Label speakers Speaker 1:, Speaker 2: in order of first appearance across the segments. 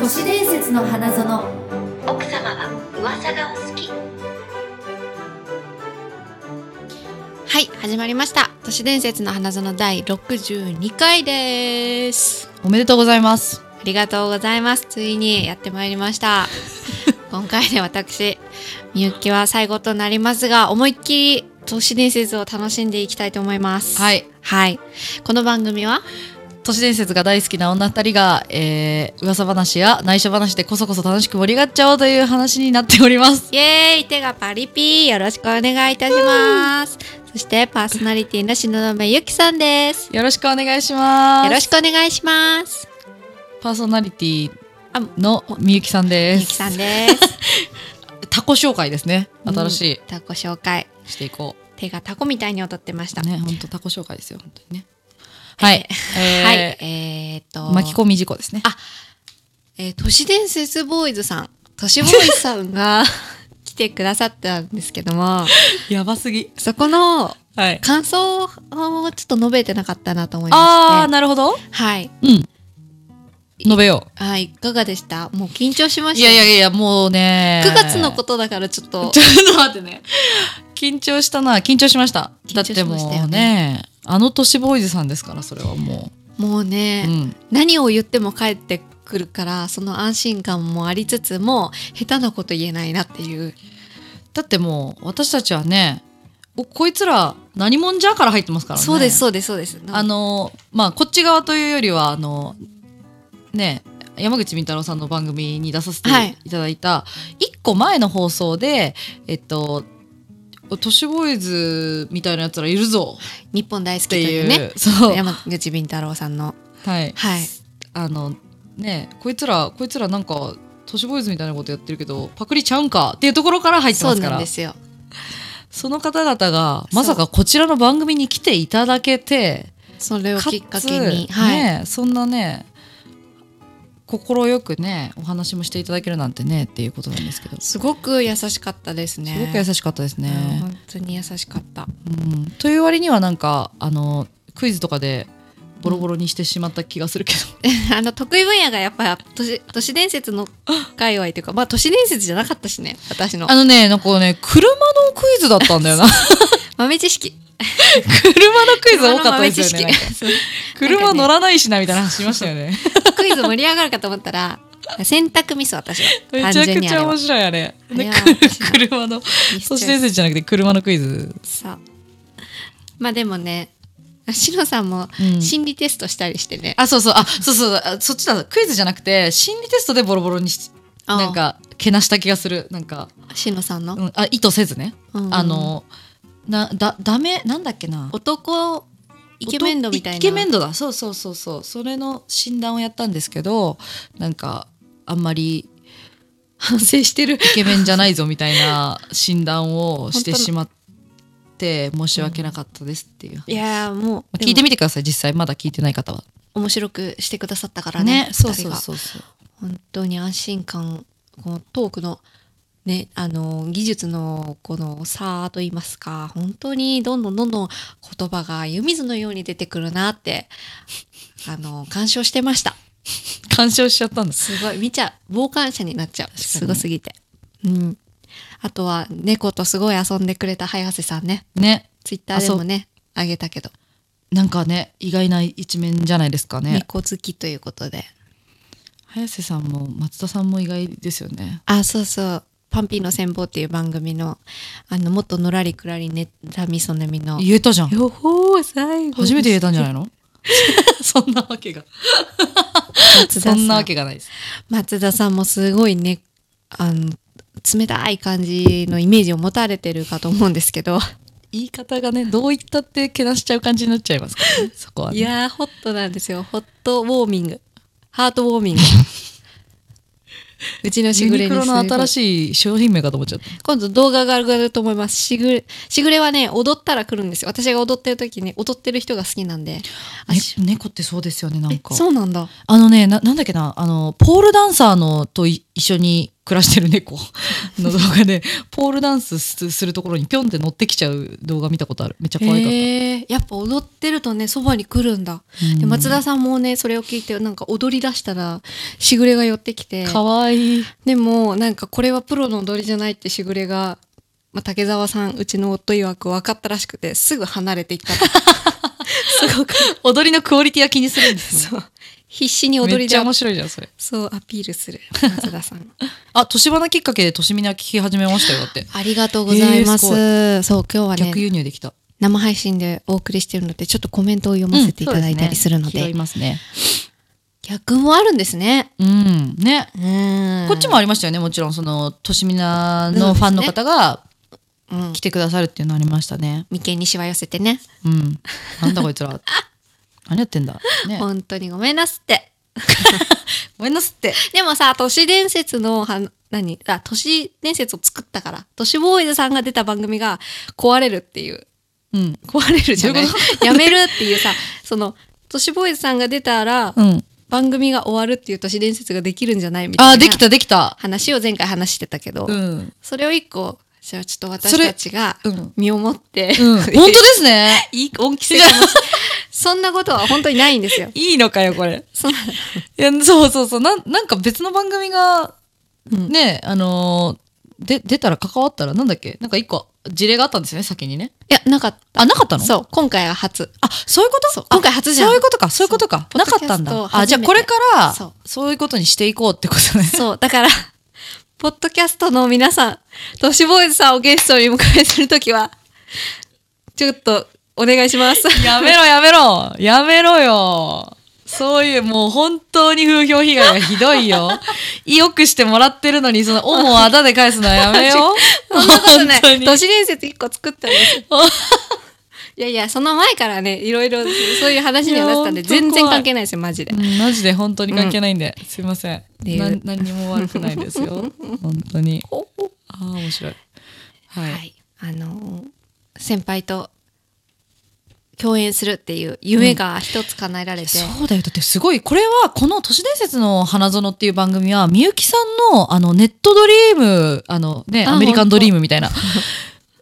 Speaker 1: 都市伝説の花園
Speaker 2: 奥様は噂がお好き
Speaker 3: はい、始まりました。都市伝説の花園第62回です。
Speaker 4: おめでとうございます。
Speaker 3: ありがとうございます。ついにやってまいりました。 今回で私、みゆきは最後となりますが、思いっきり都市伝説を楽しんでいきたいと思います。
Speaker 4: はい。
Speaker 3: はい。この番組は、
Speaker 4: 都市伝説が大好きな女二人が、えー、噂話や内緒話でこそこそ楽しく盛り上がっちゃおうという話になっております。
Speaker 3: イエーイ手がパリピーよろしくお願いいたします。そしてパーソナリティの篠目ゆきさんです。
Speaker 4: よろしくお願いします。
Speaker 3: よろしくお願いします。
Speaker 4: パーソナリティ
Speaker 3: あ
Speaker 4: のみゆきさんで
Speaker 3: みゆ
Speaker 4: す。
Speaker 3: きさんです。
Speaker 4: タコ紹介ですね。 新しい。
Speaker 3: タコ紹介。
Speaker 4: していこ
Speaker 3: 手がタコみたいに踊ってました。
Speaker 4: う。ね、本当タコ紹介ですよ、本当にね。 はい。
Speaker 3: はい。
Speaker 4: え
Speaker 3: えーっ
Speaker 4: ー
Speaker 3: と、
Speaker 4: 巻き込み事故ですね。
Speaker 3: あえー都市伝説ボーイズさん。都市ボーイズさん が来てくださったんですけども、
Speaker 4: やばすぎ。
Speaker 3: そこの
Speaker 4: はい。
Speaker 3: 感想をちょっと述べてなかったなと思い
Speaker 4: あ
Speaker 3: ま
Speaker 4: ー、
Speaker 3: して。
Speaker 4: なるほど。
Speaker 3: はい。
Speaker 4: うん。述べよ
Speaker 3: はい、いかがでしたもう緊張しま
Speaker 4: う。い
Speaker 3: した
Speaker 4: や
Speaker 3: ね。
Speaker 4: いやいや、もうね。
Speaker 3: 9月のことだからちょっと
Speaker 4: ちょっと待ってね。緊張したな。緊張しました。
Speaker 3: 緊
Speaker 4: だ
Speaker 3: 張
Speaker 4: っ
Speaker 3: して
Speaker 4: も
Speaker 3: ましたよね
Speaker 4: うね、あの都市ボーイズさんですから、それはも
Speaker 3: もう
Speaker 4: う。
Speaker 3: ね、
Speaker 4: うん。
Speaker 3: 何を言っても帰ってくるからその安心感もありつつも下手なこと言えないなっていう
Speaker 4: だってもう、私たちはね、おこいつら何者じゃから入ってますからね。
Speaker 3: そうです。そうですそうです
Speaker 4: あの、まあ、こっち側というよりは、あの、ね、山口み太郎さんの番組に出させて
Speaker 3: はい
Speaker 4: いただいた、一個前の放送で、えっと、都市ボーイズみたいなやつらいるぞっ
Speaker 3: 日本大好きと
Speaker 4: てい。
Speaker 3: いううね
Speaker 4: そう。
Speaker 3: 山口敏太郎さんの
Speaker 4: はい。
Speaker 3: はい
Speaker 4: あのねこいつらこいつらなんか都市ボーイズみたいなことやってるけどパクリちゃうんかっていうところから入って
Speaker 3: そ
Speaker 4: ま
Speaker 3: う
Speaker 4: すか
Speaker 3: なん
Speaker 4: ら
Speaker 3: で
Speaker 4: そ
Speaker 3: すよ
Speaker 4: の方々が
Speaker 3: そう
Speaker 4: まさかこちらの番組に来ていただけて
Speaker 3: それを
Speaker 4: か
Speaker 3: きっかけに
Speaker 4: つ
Speaker 3: はい、
Speaker 4: ね、そんなね心よくねお話もしていただけるなんてねっていうことなんですけど、
Speaker 3: すごく優しかったですね
Speaker 4: すごく優しかったです
Speaker 3: うん
Speaker 4: ね。
Speaker 3: 本当に優しかった
Speaker 4: うんという割にはなんかあのクイズとかでボロボロにしてしまった気がするけど、
Speaker 3: あの得意分野がやっぱ都市都市伝説の界隈というかまあ都市伝説じゃなかったしね私の
Speaker 4: あのねなんかね車のクイズだったんだよな
Speaker 3: 豆知識
Speaker 4: 車のクイズ多かったですよ
Speaker 3: 車の豆
Speaker 4: ね
Speaker 3: 知識そう
Speaker 4: 車乗らないしなみたいな話しましたよね。
Speaker 3: クイズ盛り上がるかと思ったら洗濯ミス私は
Speaker 4: め
Speaker 3: 単
Speaker 4: ちゃく
Speaker 3: 純にあ
Speaker 4: ち
Speaker 3: れ
Speaker 4: ゃ
Speaker 3: は
Speaker 4: 面白いあれ。
Speaker 3: あれ
Speaker 4: ね
Speaker 3: は
Speaker 4: く車の、
Speaker 3: ミス
Speaker 4: 都
Speaker 3: チョ
Speaker 4: 市
Speaker 3: イ
Speaker 4: 伝
Speaker 3: ス
Speaker 4: 説じゃなくて車のクイズ。
Speaker 3: さまあでもねしのさんも
Speaker 4: うん
Speaker 3: 心理テストしたりしてね、
Speaker 4: あ、そうそう、あ、そうそう、あそっちだ、クイズじゃなくて、心理テストでボロボロにし、
Speaker 3: あ
Speaker 4: なんか、けなした気がする。なんか、
Speaker 3: しのさんの、
Speaker 4: うん、あ、意図せずね。
Speaker 3: うん
Speaker 4: あの、な、だ、ダメ、なんだっけな。
Speaker 3: 男イケメン度みたいな
Speaker 4: イケメン度だ。そうそうそうそう。それの診断をやったんですけど、なんか、あんまり、
Speaker 3: 反省してる
Speaker 4: イケメンじゃないぞみたいな診断をしてしまって申し訳なかったですっていう。
Speaker 3: いやーもう
Speaker 4: まあ聞いて
Speaker 3: み
Speaker 4: みてください実際まだ聞いてない方は。
Speaker 3: 面白くしてくださったからね
Speaker 4: そうそ
Speaker 3: 二人
Speaker 4: う
Speaker 3: が
Speaker 4: そうそう。
Speaker 3: 本当に安心感このトークのねあの技術のこの差と言いますか本当にどんどんどんどん言葉が湯水のように出てくるなってあの鑑賞してました
Speaker 4: 干渉しちゃったんです。
Speaker 3: すごい見ちゃう傍観者になっちゃう
Speaker 4: に
Speaker 3: すごすぎてうんあとは猫とすごい遊んでくれた早瀬さんね
Speaker 4: ね。
Speaker 3: ツイッターでもねあげたけど、
Speaker 4: なんかね意外な一面じゃないですかね。
Speaker 3: 猫好きということで
Speaker 4: 早瀬さんも松田さんも意外ですよね。
Speaker 3: あそうそう「パンピーの戦法」っていう番組のあの元のらりくらりねらみそねみの
Speaker 4: 言えたじゃん。
Speaker 3: よほー最後
Speaker 4: 初めて言えたんじゃ
Speaker 3: い
Speaker 4: ないの？ そんなわけが。
Speaker 3: 松田
Speaker 4: そ
Speaker 3: さ
Speaker 4: ん
Speaker 3: ん
Speaker 4: なわけがないです。
Speaker 3: 松田さんもすごいねあの冷たい感じのイメージを持たれてるかと思うんですけど
Speaker 4: 言い方がねどう言ったってけなしちゃう感じになっちゃいますからね。 そこは、ね。
Speaker 3: いやーホットなんですよホットウォーミングハートウォーミ ングうちのし
Speaker 4: ユ
Speaker 3: ぐれ
Speaker 4: ニ
Speaker 3: に
Speaker 4: クロの新
Speaker 3: い
Speaker 4: しい商品名かと思っちゃった。
Speaker 3: 今度動画が上がると思いますしぐれしぐれはね踊ったら来るんですよ私が踊ってる時に踊ってる人が好きなんであ
Speaker 4: ね
Speaker 3: し
Speaker 4: 猫ってそうですよねなん
Speaker 3: え
Speaker 4: か。
Speaker 3: そうなんだ
Speaker 4: あのね、ななんだっけな、あの、ポールダンサーのとい一緒に暮らしてる 猫の動画で、ポールダンスすするところにぴょんって乗ってきちゃう動画見たことある。めっちゃ可愛かった。
Speaker 3: へえやっぱ踊ってるとねそばに来るんだ、で
Speaker 4: うん
Speaker 3: 松田さんもねそれを聞いてなんか踊り出したらしぐれが寄ってきて
Speaker 4: 可愛い
Speaker 3: でもなんかこれはプロの踊りじゃないってしぐれが、まあ、竹澤さんうちの夫曰く分かったらしくてすぐ離れていった ってすごく
Speaker 4: 踊りのクオリティは気にするんですね。
Speaker 3: そう必死に踊
Speaker 4: め
Speaker 3: り
Speaker 4: っち
Speaker 3: で
Speaker 4: ゃ面白いじゃん、それ。
Speaker 3: そうアピールする松田さん
Speaker 4: あ、年花きっかけで年見は聞き始めましたよ、だ って。
Speaker 3: ありがとうございます,、そう今日は
Speaker 4: 逆
Speaker 3: ね
Speaker 4: 輸入できた。
Speaker 3: 生配信でお送りしてるのでちょっとコメントを読ませていただいたりするので,、
Speaker 4: 拾いますね。
Speaker 3: 逆もあるんですね
Speaker 4: うん。ね。
Speaker 3: うん
Speaker 4: こっちもありましたよね、もちろん、その、としみなのファンの方が
Speaker 3: うん
Speaker 4: 来てくださるっていうのありましたね。
Speaker 3: 眉間にしわ寄せてね
Speaker 4: うん。なんだこいつら。何やってんだ。ね。
Speaker 3: 本当にごめんなすって
Speaker 4: ごめんなすって。
Speaker 3: でもさ、都市伝説の、は、何あ、都市伝説を作ったから、都市ボーイズさんが出た番組が壊れるっていう、
Speaker 4: うん。
Speaker 3: 壊れるじゃない
Speaker 4: どういうこ
Speaker 3: やめるっていうさ、その、都市ボーイズさんが出たら、
Speaker 4: うん。
Speaker 3: 番組が終わるっていう都市伝説ができるんじゃないみたいな。
Speaker 4: あ、できた、できた。
Speaker 3: 話を前回話してたけど、
Speaker 4: うん。
Speaker 3: それを一個、じゃあちょっと
Speaker 4: そ
Speaker 3: 私
Speaker 4: れ
Speaker 3: たちが
Speaker 4: うん、
Speaker 3: 身をもって、
Speaker 4: うん。本当ですね。
Speaker 3: いい、恩着せかもし そんなことは本当にないんですよ。
Speaker 4: いいのかよ、これ。
Speaker 3: そんない
Speaker 4: や、そうそうそう。なん、なんか別の番組が、ね、あのー、で、出たら関わったら、なんだっけなんか一個、事例があったんですよね、先にね。
Speaker 3: や、なかった。
Speaker 4: あ、なかったの
Speaker 3: そう、今回は初。
Speaker 4: あ、そういうこと
Speaker 3: 今回初じゃん
Speaker 4: そういうことか、そういうことか。
Speaker 3: そう
Speaker 4: なかったん
Speaker 3: ポッ
Speaker 4: だ
Speaker 3: ド。キャスト初めて
Speaker 4: あ、じゃあこれから、
Speaker 3: そう
Speaker 4: そういうことにしていこうってことね。
Speaker 3: そう、だから、 ポッドキャストの皆さん、都市ボーイズさんをゲストに迎えするときは、ちょっとお願いします。
Speaker 4: やめろやめろやめろよそういう、もう本当に風評被害がひど いよ。よくしてもらってるのに、その、おもあだで返すのはやめよ
Speaker 3: そんなことな
Speaker 4: 本当
Speaker 3: い。
Speaker 4: に
Speaker 3: 都市伝説一個作ったん です。いやいや、その前からね、いろいろ そういう話にはなってたんで、
Speaker 4: いや本当
Speaker 3: 全然
Speaker 4: 怖い
Speaker 3: 関係ないですよ、マジで
Speaker 4: う。んマジで本当に関係ないんで、すいません。
Speaker 3: ていう
Speaker 4: な何にも悪くないで すよ。本当に。ああ、面白い。はい。
Speaker 3: はい。あのー、先輩と共演するっていう夢が一つ叶えられて、
Speaker 4: そうだよ。だってすごい、これは、この都市伝説の花園っていう番組は、みゆきさんの、あの、ネットドリーム、あのね、
Speaker 3: あ
Speaker 4: アメリカンドリームみたいな、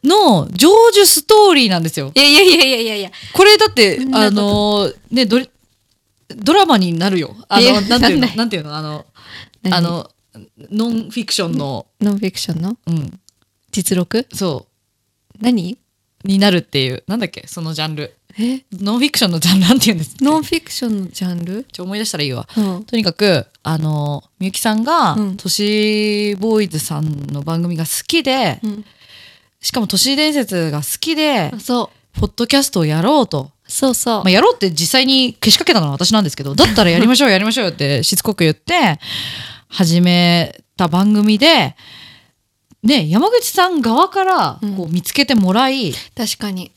Speaker 4: の、成就ストーリーなんですよ。
Speaker 3: いやいやいやいやいやいや、
Speaker 4: これだって
Speaker 3: ん、な
Speaker 4: あ
Speaker 3: こと
Speaker 4: の、ね、ドリ、ドラマになるよ。あ
Speaker 3: い
Speaker 4: の、
Speaker 3: や
Speaker 4: なんてい
Speaker 3: な
Speaker 4: うの
Speaker 3: んない
Speaker 4: なんていうのあの、
Speaker 3: 何
Speaker 4: あの、ノンフィクションの、
Speaker 3: ノンフィクションの
Speaker 4: うん、
Speaker 3: 実録
Speaker 4: そ
Speaker 3: 何
Speaker 4: う、になるっていう、なんだっけ、そのジャンル。
Speaker 3: え
Speaker 4: ノンフィクションのジャンルなんていうんです
Speaker 3: ノンフィクションのジャンル
Speaker 4: ちょ、思い出したらいいわ。
Speaker 3: うん。
Speaker 4: とにかく、あの、みゆきさんが
Speaker 3: うん、
Speaker 4: 都市ボーイズさんの番組が好きで、しかも都市伝説が好きで、
Speaker 3: そ
Speaker 4: ポッドキャストをやろうと。
Speaker 3: う。そうそう。
Speaker 4: まあ、やろうって実際にけしかけたのは私なんです けど、だったらやりましょう、やりましょうよってしつこく言って、始めた番組で、ね、山口さん側から
Speaker 3: うん
Speaker 4: こう見つけてもらい、
Speaker 3: 確かに。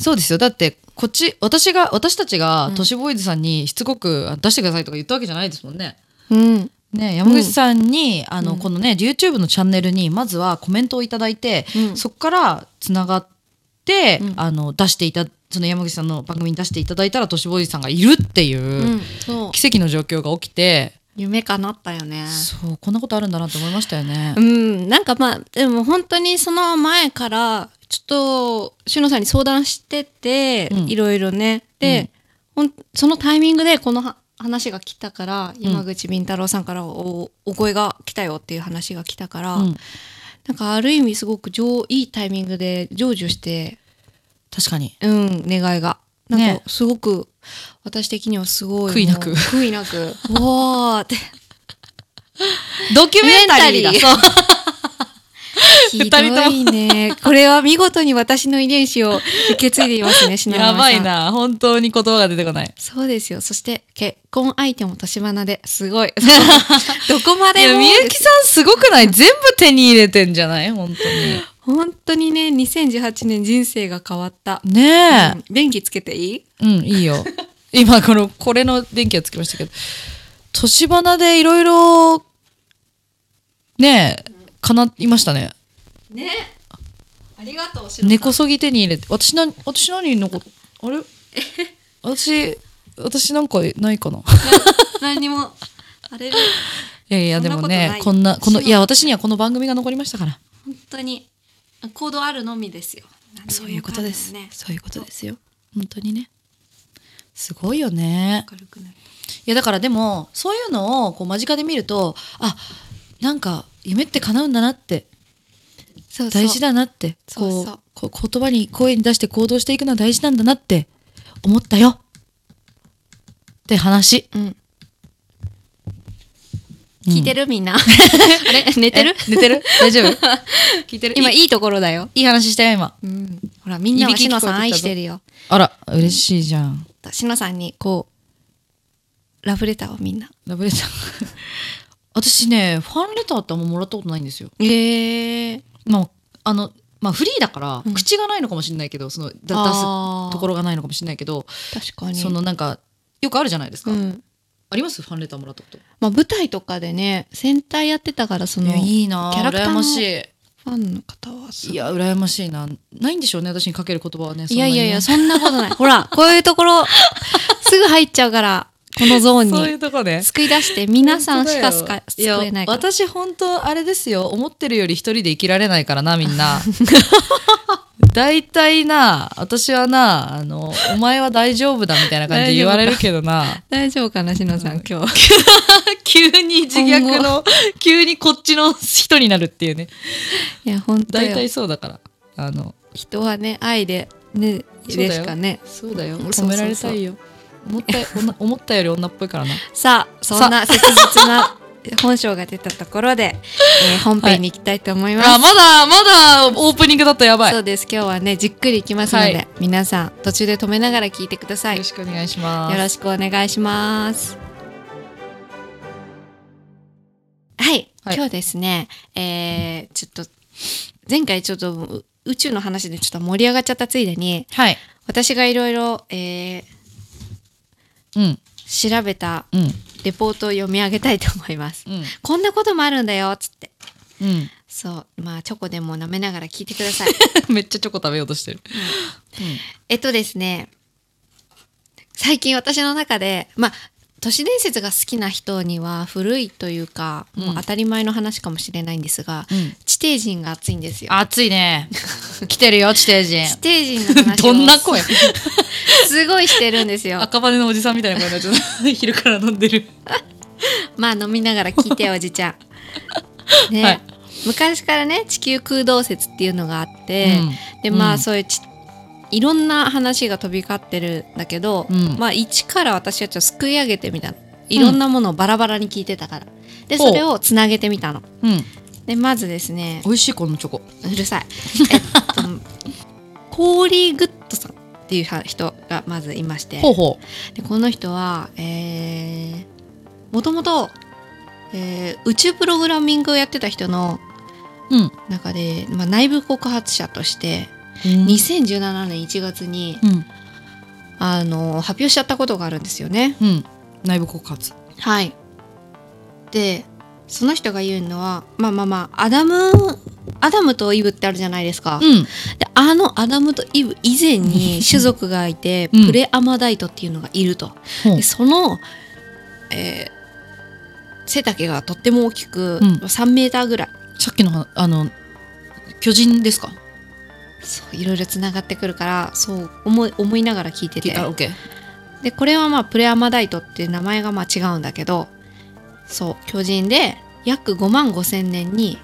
Speaker 4: そうですよ。だって、こっち、私が、私たちが
Speaker 3: うん、
Speaker 4: 都市ボーイズさんにしつこくあ出してくださいとか言ったわけじゃないですもんね。
Speaker 3: うん。
Speaker 4: ね、山口さんに、あの、
Speaker 3: うん
Speaker 4: このね YouTube のチャンネルにまずはコメントをいただいて、
Speaker 3: うん
Speaker 4: そこからつながって、
Speaker 3: うん
Speaker 4: あの出していたその山口さんの番組に出していただいたら都市ボーイズさんがいるっていう、
Speaker 3: うん。そう。
Speaker 4: 奇跡の状況が起きて、
Speaker 3: 夢叶ったよね。
Speaker 4: そうこんなことあるんだなと思いましたよね。
Speaker 3: うん。なんかまあ、でも本当にその前から、ちょっと、しのさんに相談してて、
Speaker 4: うん
Speaker 3: いろいろね。で、ほん、そのタイミングでこのは話が来たから、山口敏太郎さんからおお声が来たよっていう話が来たから、
Speaker 4: うん
Speaker 3: なんかある意味すごく上いいタイミングで成就して
Speaker 4: 確かに。
Speaker 3: うん、願いが。なん
Speaker 4: ね
Speaker 3: か、すごく、私的にはすごい。
Speaker 4: 悔いなく
Speaker 3: もう悔いなく。 おーって。
Speaker 4: ドキュメンタリーだ。
Speaker 3: ドキュメン
Speaker 4: そう
Speaker 3: ひ
Speaker 4: 人とも
Speaker 3: どいね。これは見事に私の遺伝子を受け継いでいますね、品川さ
Speaker 4: や
Speaker 3: ん。
Speaker 4: ばい。な。本当に言葉が出てこない。
Speaker 3: そうですよ。そして、結婚相手も年花で、すごい。 どこま
Speaker 4: い
Speaker 3: で
Speaker 4: や、
Speaker 3: も。
Speaker 4: みゆきさんすごくない全部手に入れてんじゃない本当
Speaker 3: 本当にね、2018年人生が変わった。
Speaker 4: に。ねえ。
Speaker 3: うん電気つけていい
Speaker 4: うん、いいよ。今、この、これの電気はつきましたけど、年花でいろいろ、ねえ、かないましたね。
Speaker 3: ね。ありがとう、
Speaker 4: 根こそぎ手に入れて、私な、私何のこあれ私、私なんかないかな。
Speaker 3: 何にも、あれ
Speaker 4: いやいや、でもね、こ
Speaker 3: そ
Speaker 4: ん
Speaker 3: んな
Speaker 4: な、
Speaker 3: ことないよ
Speaker 4: この、いや、私にはこの番組が残りましたから。
Speaker 3: 本当に行動あるのみですよ
Speaker 4: そういうことです。
Speaker 3: ね
Speaker 4: そういうことですよ。本当にね。すごいよね。
Speaker 3: 明るくなる
Speaker 4: いやだからでもそういうのをこう間近で見るとあなんか夢って叶うんだなって
Speaker 3: そうそう
Speaker 4: 大事だなって
Speaker 3: そう
Speaker 4: こ
Speaker 3: そうそう
Speaker 4: こう言葉に声に出して行動していくのは大事なんだなって思ったよって話
Speaker 3: うん聞いてるみんな あれ寝てる
Speaker 4: え寝 てる大丈夫聞いてる
Speaker 3: 今
Speaker 4: 今いい
Speaker 3: いいところだよ
Speaker 4: いい話したよ今
Speaker 3: うんほらみんなはい
Speaker 4: びき
Speaker 3: し
Speaker 4: 聞
Speaker 3: の
Speaker 4: こえてきた
Speaker 3: さん
Speaker 4: ぞ
Speaker 3: 愛してるよ
Speaker 4: あら嬉しいじゃん
Speaker 3: しのさんにこうラブレターをみんな
Speaker 4: ラブレター 私ねファンレターってあんまもらったことないんですよ
Speaker 3: ええ
Speaker 4: まああのまあフリーだから、
Speaker 3: うん
Speaker 4: 口がないのかもしれないけどそのだ出す
Speaker 3: あー
Speaker 4: ところがないのかもしれないけど
Speaker 3: 確かに
Speaker 4: そのなんかよくあるじゃないですか、
Speaker 3: うん
Speaker 4: ありますファンレターもらったこと
Speaker 3: まあ舞台とかでね戦隊やってたからその
Speaker 4: いいな
Speaker 3: キャラクター
Speaker 4: 羨
Speaker 3: も
Speaker 4: まし
Speaker 3: ファンの方はす
Speaker 4: いいや羨ましいなないんでしょうね私にかける言葉はね
Speaker 3: いやいやいや
Speaker 4: そ
Speaker 3: そんなことないほらこういうところすぐ入っちゃうからこのゾー
Speaker 4: んなにねそうい
Speaker 3: ン
Speaker 4: うとこね
Speaker 3: に救い出して皆さんしかすか救
Speaker 4: や
Speaker 3: えないから
Speaker 4: 私本当あれですよ思ってるより一人で生きられないからなみん な大体な私はなあのお前は大丈夫だみたいな感じで言われるけどな
Speaker 3: 大丈夫かなしのさん今日
Speaker 4: 急に自虐の急にこっちの人になるっていうね
Speaker 3: いや本当
Speaker 4: 大体
Speaker 3: よ
Speaker 4: そうだからあの
Speaker 3: 人はね愛でね
Speaker 4: そうだよ
Speaker 3: でしかね
Speaker 4: そうだよ
Speaker 3: そう
Speaker 4: 褒められたいよ思ったよ女思ったより女っぽい からな
Speaker 3: さあそんな切実な本性が出たところ で、えー本編に行きたいと思います、
Speaker 4: あまだまだオープニングだったらやばい
Speaker 3: そう
Speaker 4: よ
Speaker 3: です今日はねじっくり行きますので、
Speaker 4: はい
Speaker 3: 皆さん途中で止めながら聞いてください
Speaker 4: ろしくお願いします
Speaker 3: よろしくお願いします。はい、
Speaker 4: はい
Speaker 3: 今日ですね、えー、ちょっと前回ちょっとう宇宙の話でちょっと盛り上がっちゃったついでに
Speaker 4: はい
Speaker 3: 私がいろいろえー
Speaker 4: うん
Speaker 3: 調べた
Speaker 4: うん
Speaker 3: レポートを読み上げたいと思います。
Speaker 4: うん
Speaker 3: こんなこともあるんだよつって
Speaker 4: う
Speaker 3: そうまあチョコでも舐めながら聞いてくださ い。
Speaker 4: んめっちゃチョコ食べようとしてる
Speaker 3: えっとですね最近私の中でまあ都市伝説が好きな人には古いというか、もう当たり前の話かもしれないんですが、
Speaker 4: うん
Speaker 3: 地底人が熱いんですよ。
Speaker 4: 暑いね来てるよ地底 人
Speaker 3: 地底人の話を
Speaker 4: どんな 声
Speaker 3: すごいしてるんですよ。
Speaker 4: 赤羽のおじさんみたいな声に なっちゃった昼から飲んでる
Speaker 3: まあ飲みながら聞いてよおじちゃ ん。ね、
Speaker 4: はい
Speaker 3: 昔からね地球空洞説っていうのがあって、でまあ、
Speaker 4: うん
Speaker 3: そういうちいろんな話が飛び交ってるんだけど、
Speaker 4: うん
Speaker 3: まあ一から私はちょっとすくい上げてみたのいろんなものをバラバラに聞いてたから、で
Speaker 4: ほう
Speaker 3: それをつなげてみたの
Speaker 4: うん、うん、
Speaker 3: でまずですね
Speaker 4: 美味しいこのチョコ
Speaker 3: うるさいえ っとコーリー・グッドさんっていうは人がまずいまして
Speaker 4: ほうほ
Speaker 3: でこの人はえーもともと、えー宇宙プログラミングをやってた人の
Speaker 4: ううん
Speaker 3: 中で、まあ、内部告発者として2017年1月に
Speaker 4: うん
Speaker 3: あの発表しちゃったことがあるんですよね。
Speaker 4: うん内部告発
Speaker 3: はい、でその人が言うのはまあまあまあアダムアダムとイブってあるじゃないですか。
Speaker 4: ん
Speaker 3: であのアダムとイブ以前に種族がいて、
Speaker 4: うん
Speaker 3: プレアマダイトっていうのがいると。
Speaker 4: ほう
Speaker 3: でその、えー背丈がとっても大きく、
Speaker 4: うん
Speaker 3: 3メーターぐらい
Speaker 4: さっきのはあの巨人ですか
Speaker 3: そういろいろつながってくるからそう思い思いながら聞いてて。
Speaker 4: オッケー
Speaker 3: でこれはまあプレアマダイトっていう名前がまあ違うんだけどそう巨人で約5万5千年に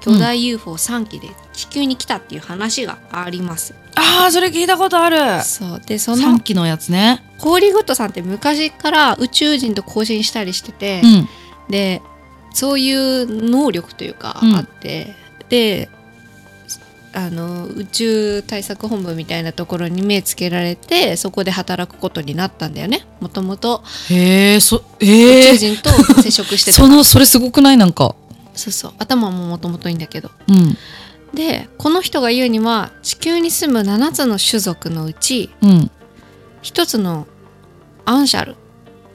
Speaker 3: 巨大 UFO3 機で地球に来たっていう話があります、
Speaker 4: ああそれ聞いたことある
Speaker 3: そうでそ
Speaker 4: 3
Speaker 3: の
Speaker 4: 期のやつね
Speaker 3: コーリー・グッドさんって昔から宇宙人と交信したりしてて、
Speaker 4: ん
Speaker 3: でそういう能力というか
Speaker 4: うん
Speaker 3: あって、であの宇宙対策本部みたいなところに目つけられてそこで働くことになったんだよねもともと
Speaker 4: へえそ
Speaker 3: 宇
Speaker 4: え
Speaker 3: 宙
Speaker 4: え
Speaker 3: 人と接触してた
Speaker 4: そのそれすごくないなんか
Speaker 3: そうそう頭ももともといいんだけど
Speaker 4: うん
Speaker 3: でこの人が言うには地球に住む7つの種族のうち
Speaker 4: うん
Speaker 3: 1つのアンシャルっ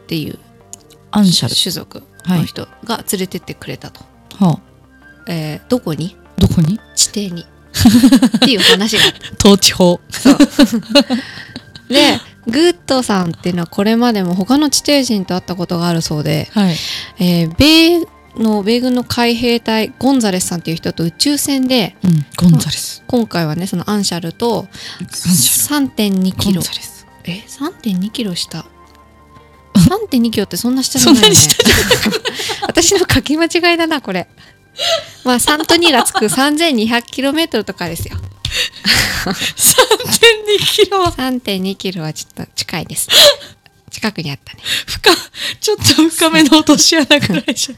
Speaker 3: ていう
Speaker 4: アンシャル
Speaker 3: 種族
Speaker 4: は
Speaker 3: の
Speaker 4: い
Speaker 3: 人が連れてってくれたと、
Speaker 4: は
Speaker 3: えーどこに
Speaker 4: あどこに
Speaker 3: 地底 にっていう話があった
Speaker 4: 統治法
Speaker 3: でグッドさんっていうのはこれまでも他の地底人と会ったことがあるそうで、
Speaker 4: はい
Speaker 3: えー米の米軍の海兵隊ゴンザレスさんっていう人と宇宙船で
Speaker 4: うん、ゴンザレス。
Speaker 3: 今回はねそのアンシャルと
Speaker 4: ゴンザ
Speaker 3: 3.2
Speaker 4: レス。ゴ
Speaker 3: キ
Speaker 4: ン
Speaker 3: ロ
Speaker 4: ザレス。
Speaker 3: え3.2キロ下3.2キロってそんな下じゃないよね
Speaker 4: そ
Speaker 3: 私の書き間違いだなこれまあ3と2がつく 3200km とかですよ
Speaker 4: 3.2キロは
Speaker 3: 3.2キロはちょっと近いです近くにあったね
Speaker 4: 深、ちょっと深めの落とし穴ぐらいじ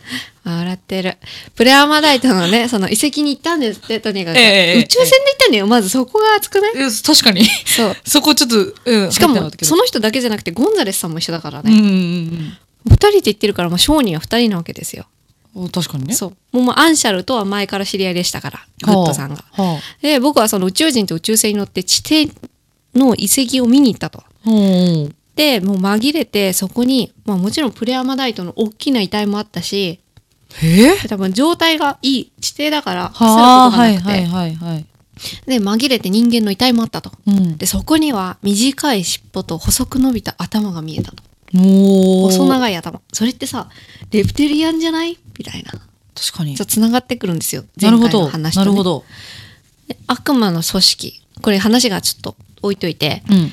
Speaker 4: ゃん。
Speaker 3: あ笑ってるプレアマダイトのねその遺跡に行ったんですってとにかく、
Speaker 4: ええええ
Speaker 3: 宇宙船で行ったのよまずそこが熱くない、
Speaker 4: え確かに。
Speaker 3: そう
Speaker 4: そこちょっと、うん。
Speaker 3: しか
Speaker 4: 入
Speaker 3: も
Speaker 4: ってなったけど
Speaker 3: その人だけじゃなくてゴンザレスさんも一緒だから
Speaker 4: うん
Speaker 3: ね、
Speaker 4: うん
Speaker 3: 二人で行ってるからもう商人は二人なわけですよ
Speaker 4: うん。お確かにね。
Speaker 3: そうもうもうアンシャルとは前から知り合いでしたからグッドさんが。
Speaker 4: は
Speaker 3: で僕はその宇宙人と宇宙船に乗って地底の遺跡を見に行ったと。
Speaker 4: あ。は
Speaker 3: でもう紛れてそこに、まあ、もちろんプレアマダイトの大きな遺体もあったし
Speaker 4: あ。えー
Speaker 3: 多分状態がいい地底だから腐る
Speaker 4: はあ、
Speaker 3: ことが
Speaker 4: は
Speaker 3: なく
Speaker 4: い
Speaker 3: て、
Speaker 4: はいはいはい。
Speaker 3: で紛れて人間の遺体もあったと。
Speaker 4: うん。
Speaker 3: でそこには短い尻尾と細く伸びた頭が見えたと
Speaker 4: もう。
Speaker 3: 細長い頭それってさレプテリアンじゃないみたいな
Speaker 4: 確かに
Speaker 3: ちょ。っとつながってくるんですよ
Speaker 4: な
Speaker 3: 前回
Speaker 4: るほ
Speaker 3: の
Speaker 4: ど。
Speaker 3: 話と、
Speaker 4: な
Speaker 3: ね、
Speaker 4: るほど。
Speaker 3: で悪魔の組織これ話がちょっと置いといて
Speaker 4: うん。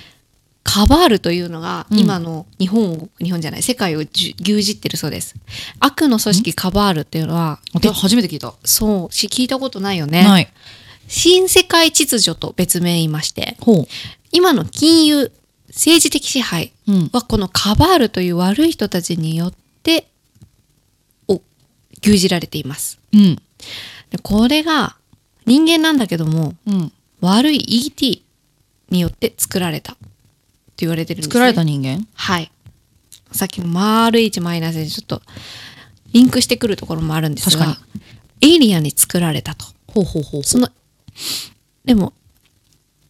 Speaker 3: カバールというのが
Speaker 4: うん
Speaker 3: 今の日本を、日本じゃない世界をじゅ牛耳ってるそうです悪の組織カバールというのは
Speaker 4: 私初めて聞いた。
Speaker 3: そうし聞いたことないよね、
Speaker 4: ない。
Speaker 3: 新世界秩序と別名言いまして
Speaker 4: ほ
Speaker 3: 今の金融政治的支配
Speaker 4: う。うん。
Speaker 3: はこのカバールという悪い人たちによってお牛耳られています
Speaker 4: うん。
Speaker 3: でこれが人間なんだけども
Speaker 4: うん。
Speaker 3: 悪い ET によって作られたって言われてるんです、ね、
Speaker 4: 作られた人間
Speaker 3: はいさっきの丸1マイナスでちょっとリンクしてくるところもあるんですが
Speaker 4: 確
Speaker 3: エイリアンに作られたと
Speaker 4: ほうほうほう
Speaker 3: そのでも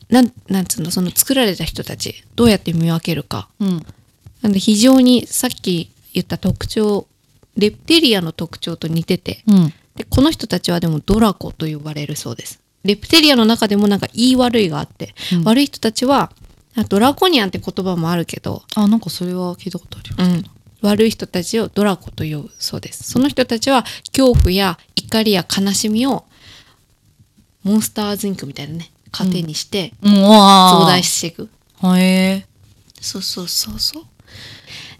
Speaker 3: なんなんつうのその作られた人たちどうやって見分けるか
Speaker 4: うん。
Speaker 3: なんで非常にさっき言った特徴レプテリアの特徴と似てて
Speaker 4: うん。
Speaker 3: でこの人たちはでもドラコと呼ばれるそうですレプテリアの中でもなんか言い悪いがあって、
Speaker 4: うん
Speaker 3: 悪い人たちはあドラコニアンって言葉もあるけど、
Speaker 4: あ、なんかそれは聞いたことあるよ。
Speaker 3: うん悪い人たちをドラコと呼ぶそうですその人たちは恐怖や怒りや悲しみをモンスターズインクみたいなね糧にして
Speaker 4: うん、わ
Speaker 3: 増大していく、
Speaker 4: はえ
Speaker 3: そうそうそうそう。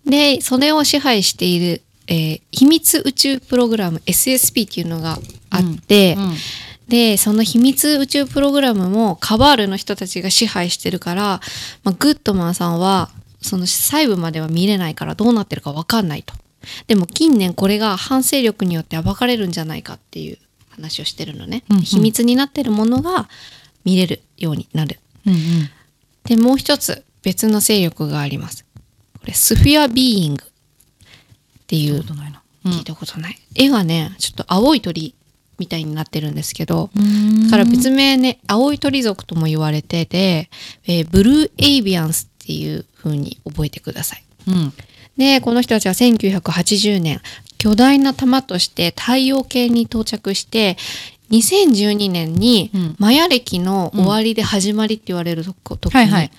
Speaker 3: で、それを支配している、えー秘密宇宙プログラム SSP っていうのがあって、
Speaker 4: うんうん
Speaker 3: で、その秘密宇宙プログラムもカバールの人たちが支配してるから、まあ、グッドマンさんはその細部までは見れないからどうなってるかわかんないと。でも近年これが反勢力によって暴かれるんじゃないかっていう話をしてるのね。
Speaker 4: うんうん
Speaker 3: 秘密になってるものが見れるようになる
Speaker 4: うんうん。
Speaker 3: でもう一つ別の勢力がありますこれスフィアビーイングってい
Speaker 4: 聞
Speaker 3: う
Speaker 4: いたことないな。
Speaker 3: 聞いたことない、絵がねちょっと青い鳥みたいになってるんですけど、
Speaker 4: うん
Speaker 3: だから別名ね青い鳥族とも言われてて、えーブルーエイビアンスっていう風に覚えてください
Speaker 4: うん。
Speaker 3: でこの人たちは1980年巨大な玉として太陽系に到着して2012年に
Speaker 4: うん
Speaker 3: マヤ歴の終わりで始まりって言われるとこ時に、
Speaker 4: はいはい